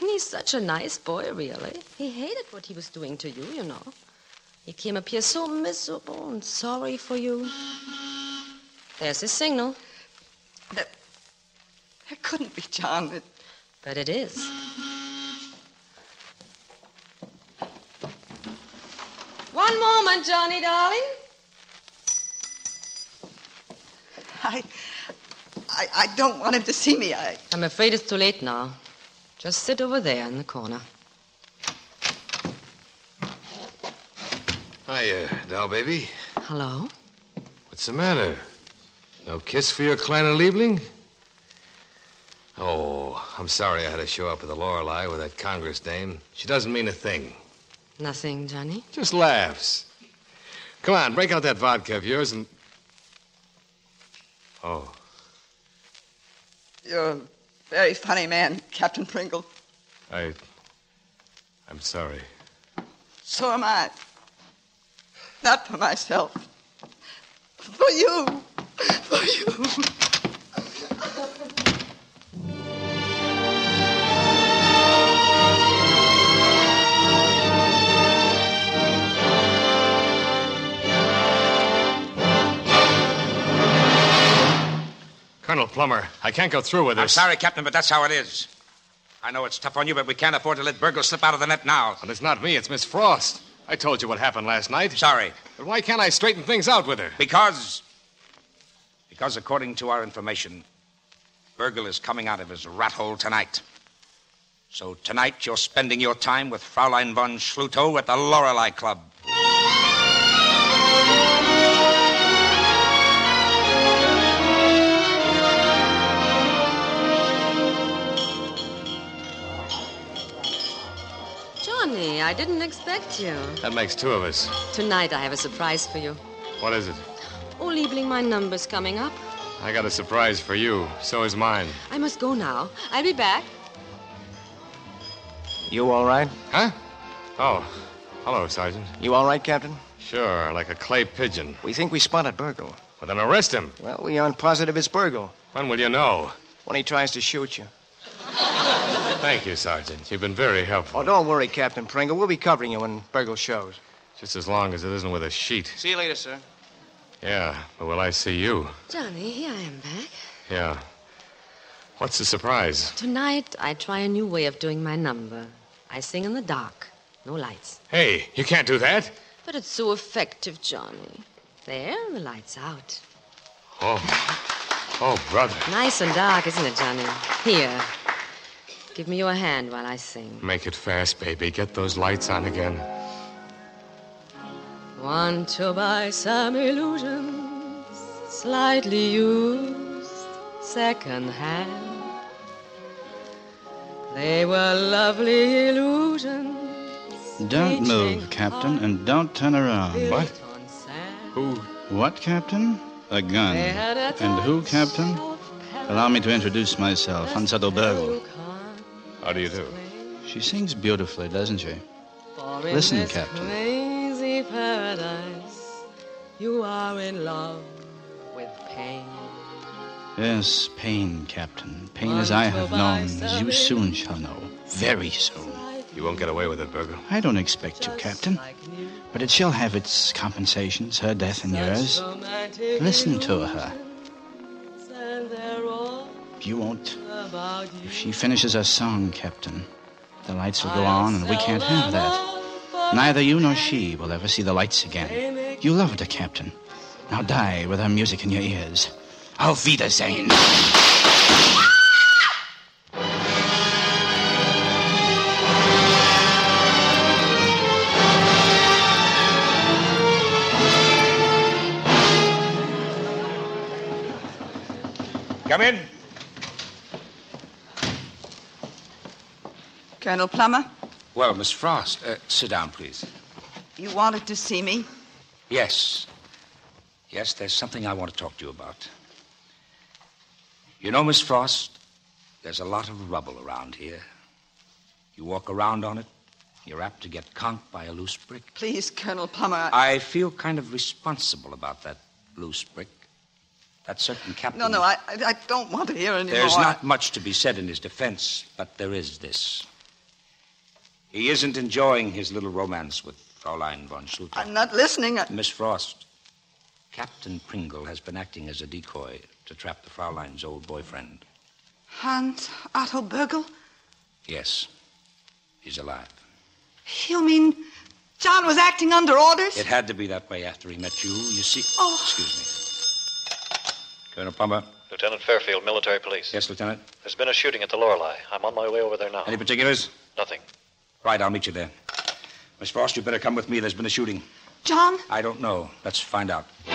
[SPEAKER 14] And he's such a nice boy, really. He hated what he was doing to you, you know. He came up here so miserable and sorry for you. There's his signal.
[SPEAKER 6] That, that couldn't be John.
[SPEAKER 14] But it is. One moment, Johnny, darling.
[SPEAKER 6] I, I, I don't want him to see me. I,
[SPEAKER 14] I'm afraid it's too late now. Just sit over there in the corner.
[SPEAKER 8] Hiya, uh, doll baby.
[SPEAKER 14] Hello?
[SPEAKER 8] What's the matter? No kiss for your Kleiner Liebling? Oh, I'm sorry I had to show up at the Lorelei with that Congress dame. She doesn't mean a thing.
[SPEAKER 14] Nothing, Johnny.
[SPEAKER 8] Just laughs. Come on, break out that vodka of yours and. Oh,
[SPEAKER 6] you're a very funny man, Captain Pringle.
[SPEAKER 8] I. I'm sorry.
[SPEAKER 6] So am I. Not for myself. For you. For you.
[SPEAKER 8] Colonel Plummer, I can't go through with
[SPEAKER 11] I'm
[SPEAKER 8] this.
[SPEAKER 11] sorry, Captain, but that's how it is. I know it's tough on you, but we can't afford to let Burgos slip out of the net now.
[SPEAKER 8] Well, it's not me, it's Miss Frost. I told you what happened last night.
[SPEAKER 11] Sorry.
[SPEAKER 8] But why can't I straighten things out with her?
[SPEAKER 11] Because. Because, according to our information, Burgle is coming out of his rat hole tonight. So tonight you're spending your time with Fraulein von Schlutow at the Lorelei Club.
[SPEAKER 14] Johnny, I didn't expect you.
[SPEAKER 8] That makes two of us.
[SPEAKER 14] Tonight I have a surprise for you.
[SPEAKER 8] What is it?
[SPEAKER 14] Oh, Liebling, my number's coming up.
[SPEAKER 8] I got a surprise for you. So is mine.
[SPEAKER 14] I must go now. I'll be back.
[SPEAKER 8] You all right? Huh? Oh, hello, Sergeant. You all right, Captain? Sure, like a clay pigeon.
[SPEAKER 17] We think we spotted Burgle.
[SPEAKER 8] Well, then arrest him.
[SPEAKER 17] Well, we aren't positive it's Burgle
[SPEAKER 8] When will you know?
[SPEAKER 17] when he tries to shoot you.
[SPEAKER 8] Thank you, Sergeant. You've been very helpful.
[SPEAKER 17] Oh, don't worry, Captain Pringle. We'll be covering you when Burgle shows.
[SPEAKER 8] Just as long as it isn't with a sheet.
[SPEAKER 17] See you later, sir.
[SPEAKER 8] Yeah, but will I see you?
[SPEAKER 14] Johnny, here I am back.
[SPEAKER 8] Yeah. What's the surprise?
[SPEAKER 14] Tonight I try a new way of doing my number. I sing in the dark, no lights.
[SPEAKER 8] Hey, you can't do that.
[SPEAKER 14] But it's so effective, Johnny. There, the light's out.
[SPEAKER 8] Oh, oh, brother.
[SPEAKER 14] Nice and dark, isn't it, Johnny? Here. Give me your hand while I sing.
[SPEAKER 8] Make it fast, baby. Get those lights on again.
[SPEAKER 14] Want to buy some illusions, slightly used, second hand. They were lovely illusions.
[SPEAKER 18] Don't move, Captain, and don't turn around.
[SPEAKER 14] What?
[SPEAKER 18] Who? What, Captain? A gun.
[SPEAKER 14] They had a
[SPEAKER 18] And who, Captain? Allow me to introduce myself, Ansato Bergel.
[SPEAKER 8] How do you do?
[SPEAKER 18] She sings beautifully, doesn't she?
[SPEAKER 14] For in
[SPEAKER 18] Listen,
[SPEAKER 14] this
[SPEAKER 18] Captain.
[SPEAKER 14] Crazy paradise, you are in love with pain.
[SPEAKER 18] Yes, pain, Captain. Pain as I have known, as you soon shall know. Very soon.
[SPEAKER 8] You won't get away with it, Burgle.
[SPEAKER 18] I don't expect you, Captain. But it shall have its compensations, her death and yours.
[SPEAKER 14] Romantic
[SPEAKER 18] Listen to her.
[SPEAKER 14] illusions, and they're all
[SPEAKER 18] You won't.
[SPEAKER 14] about you.
[SPEAKER 18] If she finishes her song, Captain, the lights will go on, and we can't have that. Neither you nor she will ever see the lights again. You loved her, Captain. Now die with her music in your ears. Auf Wiedersehen.
[SPEAKER 19] Come in.
[SPEAKER 6] Colonel Plummer,
[SPEAKER 11] Well, Miss Frost, uh, sit down, please.
[SPEAKER 6] you wanted to see me?
[SPEAKER 11] Yes. Yes, there's something I want to talk to you about. You know, Miss Frost, there's a lot of rubble around here. You walk around on it, you're apt to get conked by a loose brick.
[SPEAKER 6] Please, Colonel Plummer.
[SPEAKER 11] I feel kind of responsible about that loose brick. That certain captain.
[SPEAKER 6] No, no, I, I I don't want to hear anymore.
[SPEAKER 11] There's not much to be said in his defense, but there is this. He isn't enjoying his little romance with Fräulein von Schulte.
[SPEAKER 6] I'm not listening. I-
[SPEAKER 11] Miss Frost, Captain Pringle has been acting as a decoy to trap the Fräulein's old boyfriend.
[SPEAKER 6] Hans Otto Burgle?
[SPEAKER 11] Yes, he's alive.
[SPEAKER 6] You mean John was acting under orders?
[SPEAKER 11] It had to be that way after he met you. You see.
[SPEAKER 6] Oh.
[SPEAKER 11] Excuse me. Colonel Plummer.
[SPEAKER 20] Lieutenant Fairfield, military police.
[SPEAKER 11] Yes, Lieutenant.
[SPEAKER 20] There's been a shooting at the Lorelei. I'm on my way over there now.
[SPEAKER 11] Any particulars?
[SPEAKER 20] Nothing.
[SPEAKER 11] Right, I'll meet you there. Miss Frost, you better come with me. There's been a shooting.
[SPEAKER 6] John?
[SPEAKER 11] I don't know. Let's find out. Uh,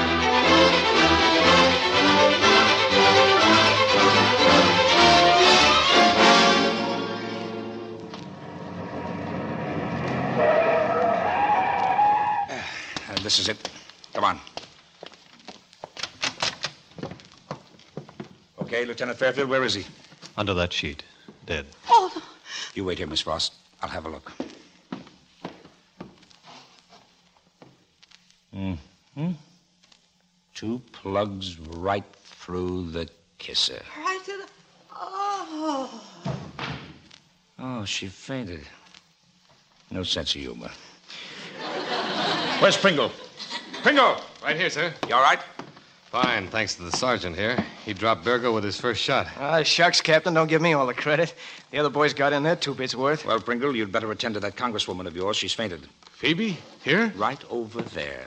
[SPEAKER 11] Uh, this is it. Come on. Okay, Lieutenant Fairfield, where is he?
[SPEAKER 9] Under that sheet. Dead.
[SPEAKER 6] Oh,
[SPEAKER 11] You wait here, Miss Frost. I'll have a look. hmm Two plugs right through the kisser.
[SPEAKER 6] right to the. Oh.
[SPEAKER 11] Oh, she fainted. No sense of humor. Where's Pringle? Pringle!
[SPEAKER 8] Right here, sir.
[SPEAKER 11] You all right?
[SPEAKER 8] Fine, thanks to the sergeant here. He dropped Burgo with his first shot.
[SPEAKER 21] Ah, shucks, Captain. Don't give me all the credit. The other boys got in there two bits worth.
[SPEAKER 11] Well, Pringle, you'd better attend to that congresswoman of yours. She's fainted.
[SPEAKER 8] Phoebe? Here?
[SPEAKER 11] Right over there.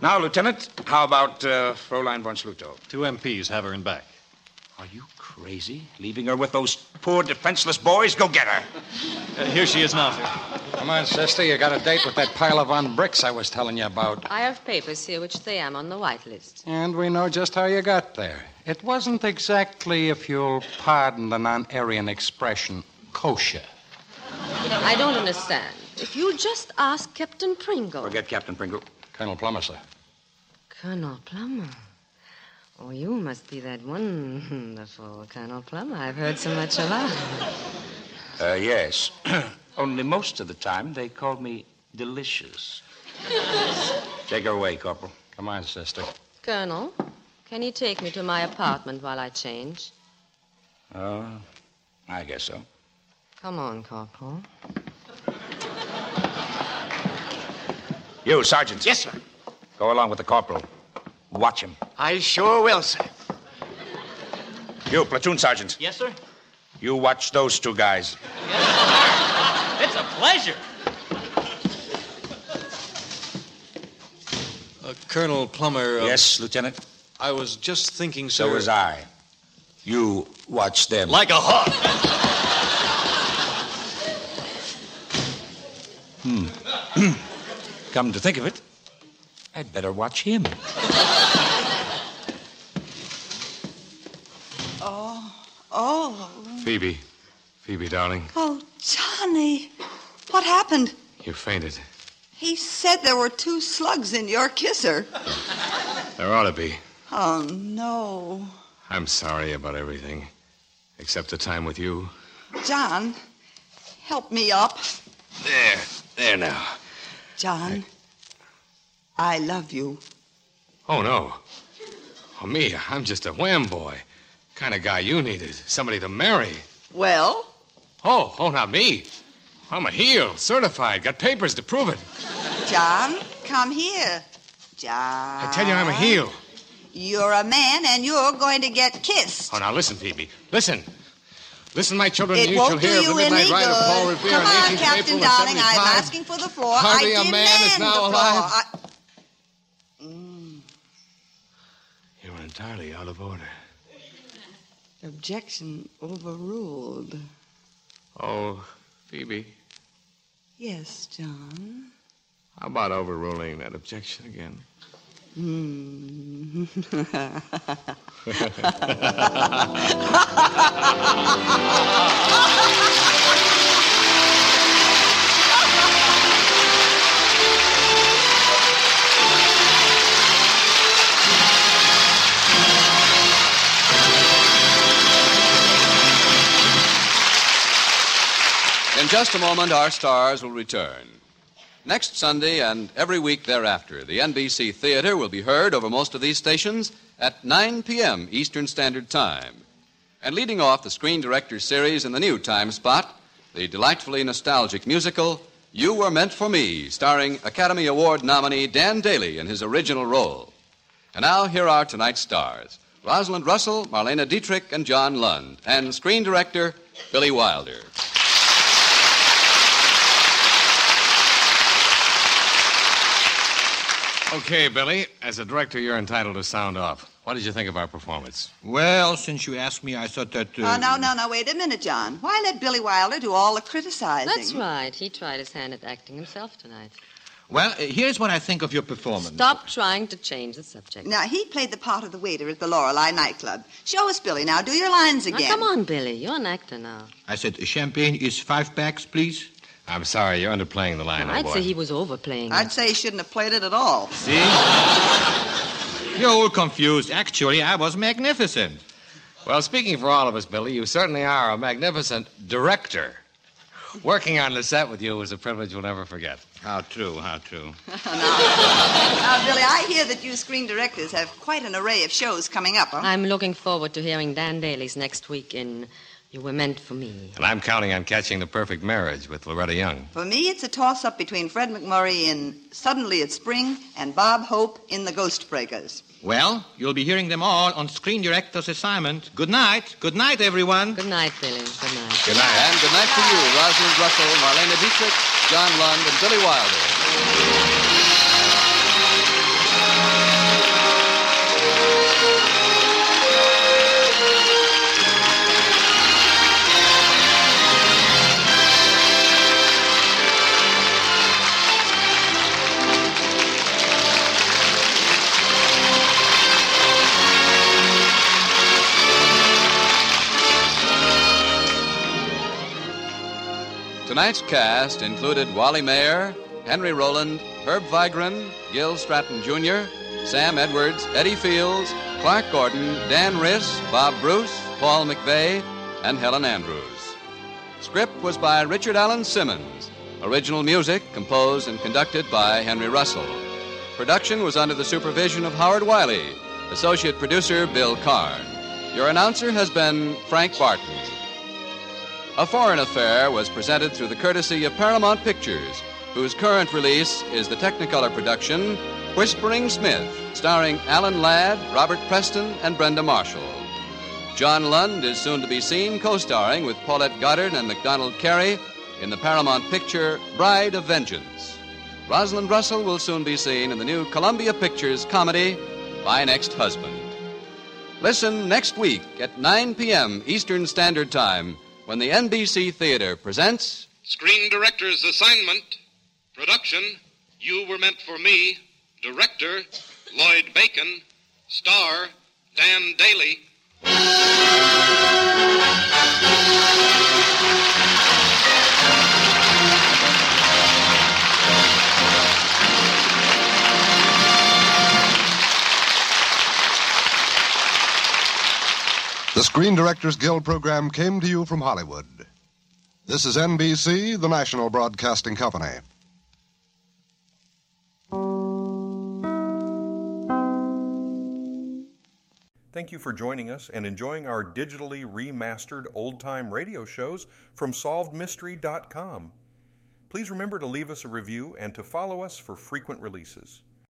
[SPEAKER 11] Now, Lieutenant, how about uh, Fräulein von Schluto?
[SPEAKER 9] Two MPs have her in back.
[SPEAKER 11] Are you crazy? Leaving her with those poor, defenseless boys? Go get her.
[SPEAKER 9] Uh, here she is now, sir.
[SPEAKER 11] Come on,
[SPEAKER 9] sister,
[SPEAKER 11] You got a date with that pile of on bricks I was telling you about.
[SPEAKER 14] I have papers here which say I'm on the white list.
[SPEAKER 11] And we know just how you got there. It wasn't exactly, if you'll pardon the non Aryan expression, kosher.
[SPEAKER 14] I don't understand. If you'll just ask Captain Pringle.
[SPEAKER 11] Forget Captain Pringle. Colonel Plummer, sir.
[SPEAKER 14] Colonel Plummer. Oh, you must be that wonderful Colonel Plummer I've heard so much about.
[SPEAKER 11] Uh, yes. <clears throat> Only most of the time they called me
[SPEAKER 21] <laughs>
[SPEAKER 11] delicious. Take her away, Corporal. Come on, sister.
[SPEAKER 14] Colonel, can you take me to my apartment while I change?
[SPEAKER 11] Oh, I guess so.
[SPEAKER 14] Come on, Corporal.
[SPEAKER 11] You, Sergeant. Yes, sir. Go along with the corporal. Watch him.
[SPEAKER 21] I sure will, sir.
[SPEAKER 11] You, platoon sergeant.
[SPEAKER 16] Yes, sir?
[SPEAKER 11] You watch those two guys.
[SPEAKER 16] It's a pleasure.
[SPEAKER 9] Uh, Colonel Plummer. uh,
[SPEAKER 11] Yes, Lieutenant.
[SPEAKER 9] I was just thinking, sir.
[SPEAKER 11] So was I. You watch them.
[SPEAKER 9] Like a hawk.
[SPEAKER 11] Hmm. <clears throat> Come to think of it, I'd better watch him.
[SPEAKER 6] Oh. Oh.
[SPEAKER 8] Phoebe. Phoebe, darling,
[SPEAKER 6] Oh, Johnny. What happened?
[SPEAKER 8] you fainted.
[SPEAKER 6] He said there were two slugs in your kisser.
[SPEAKER 8] There ought to be.
[SPEAKER 6] Oh, no.
[SPEAKER 8] I'm sorry about everything, except the time with you.
[SPEAKER 6] John, help me up.
[SPEAKER 8] There. There now.
[SPEAKER 6] John, I love you.
[SPEAKER 8] Oh, no. Oh, me, I'm just a wham boy. Kind of guy you needed. Somebody to marry.
[SPEAKER 6] Well?
[SPEAKER 8] Oh, oh, not me. I'm a heel, certified, got papers to prove it.
[SPEAKER 6] John, come here. John.
[SPEAKER 8] I tell you, I'm a heel.
[SPEAKER 6] You're a man and you're going to get kissed.
[SPEAKER 8] Oh, now listen, Phoebe. Listen. Listen, my children,
[SPEAKER 6] It
[SPEAKER 8] you
[SPEAKER 6] won't
[SPEAKER 8] shall
[SPEAKER 6] do
[SPEAKER 8] hear of
[SPEAKER 6] you
[SPEAKER 8] the midnight
[SPEAKER 6] any
[SPEAKER 8] ride of Paul
[SPEAKER 6] good.
[SPEAKER 8] Revere
[SPEAKER 6] Come
[SPEAKER 8] on
[SPEAKER 6] on,
[SPEAKER 8] 18th
[SPEAKER 6] Captain
[SPEAKER 8] April of
[SPEAKER 6] Darling,
[SPEAKER 8] 75.
[SPEAKER 6] I'm asking for the floor.
[SPEAKER 8] Hardly
[SPEAKER 6] I
[SPEAKER 8] a
[SPEAKER 6] demand
[SPEAKER 8] man is now
[SPEAKER 6] the floor.
[SPEAKER 8] alive.
[SPEAKER 6] I-
[SPEAKER 8] You're Mm. entirely out of order.
[SPEAKER 22] Objection overruled.
[SPEAKER 8] Oh, Phoebe,
[SPEAKER 22] Yes, John.
[SPEAKER 8] how about overruling that objection again?
[SPEAKER 22] Hmm.
[SPEAKER 6] <laughs>
[SPEAKER 2] In just a moment, our stars will return. Next Sunday and every week thereafter, the NBC Theater will be heard over most of these stations at 9 p.m. Eastern Standard Time. And leading off the Screen Directors series in the new time spot, the delightfully nostalgic musical, You Were Meant for Me, starring Academy Award nominee Dan Daly in his original role. And now, here are tonight's stars Rosalind Russell, Marlena Dietrich, and John Lund, and screen director Billy Wilder.
[SPEAKER 8] Okay, Billy, as a director, you're entitled to sound off. What did you think of our performance?
[SPEAKER 23] Well, since you asked me, I thought that. Uh,
[SPEAKER 6] <laughs> Oh, no, no, no, wait a minute, John. Why let Billy Wilder do all the criticizing?
[SPEAKER 14] That's right. He tried his hand at acting himself tonight.
[SPEAKER 23] Well, uh, here's what I think of your performance.
[SPEAKER 14] Stop trying to change the subject.
[SPEAKER 6] Now, he played the part of the waiter at the Lorelei nightclub. Show us, Billy, now. Do your lines
[SPEAKER 14] Now,
[SPEAKER 6] again.
[SPEAKER 14] come on, Billy. You're an actor now.
[SPEAKER 23] I said, champagne is five packs, please.
[SPEAKER 8] I'm sorry, you're underplaying the line,
[SPEAKER 14] I'd say he was overplaying.
[SPEAKER 6] I'd say he shouldn't have played it at
[SPEAKER 14] <laughs>
[SPEAKER 6] all.
[SPEAKER 23] You're all confused. Actually, I was magnificent.
[SPEAKER 8] Well, speaking for all of us, Billy, you certainly are a magnificent director. Working on the set with you was a privilege we'll never forget.
[SPEAKER 23] How true, how true.
[SPEAKER 6] Now, Billy, I hear that you screen directors have quite an array of shows coming up, huh?
[SPEAKER 14] I'm looking forward to hearing Dan Daly's next week in You Were Meant for Me.
[SPEAKER 8] And I'm counting on catching the perfect marriage with Loretta Young.
[SPEAKER 6] For me, it's a toss up between Fred McMurray in Suddenly It's Spring and Bob Hope in The Ghost Breakers.
[SPEAKER 23] Well, you'll be hearing them all on Screen Director's Assignment. Good night. Good night, everyone. Good
[SPEAKER 14] night, Billy. Good night.
[SPEAKER 23] Good night.
[SPEAKER 2] And good night to you, Rosalind Russell, Marlena Dietrich, John Lund, and Billy Wilder. Tonight's cast included Wally Mayer, Henry Rowland, Herb Vigran, Gil Stratton Jr., Sam Edwards, Eddie Fields, Clark Gordon, Dan Riss, Bob Bruce, Paul McVeigh, and Helen Andrews. Script was by Richard Allen Simmons. Original music composed and conducted by Henry Russell. Production was under the supervision of Howard Wiley, associate producer Bill Carn. Your announcer has been Frank Barton. A Foreign Affair was presented through the courtesy of Paramount Pictures, whose current release is the Technicolor production Whispering Smith, starring Alan Ladd, Robert Preston, and Brenda Marshall. John Lund is soon to be seen co starring with Paulette Goddard and MacDonald Carey in the Paramount picture Bride of Vengeance. Rosalind Russell will soon be seen in the new Columbia Pictures comedy My Next Husband. Listen next week at 9 p.m. Eastern Standard Time when the NBC Theater presents
[SPEAKER 3] Screen Director's Assignment, Production, You Were Meant for Me, Director, Lloyd Bacon, Star, Dan Daly.
[SPEAKER 24] The Screen Directors Guild program came to you from Hollywood. This is NBC, the national broadcasting company.
[SPEAKER 1] Thank you for joining us and enjoying our digitally remastered old time radio shows from SolvedMystery.com. Please remember to leave us a review and to follow us for frequent releases.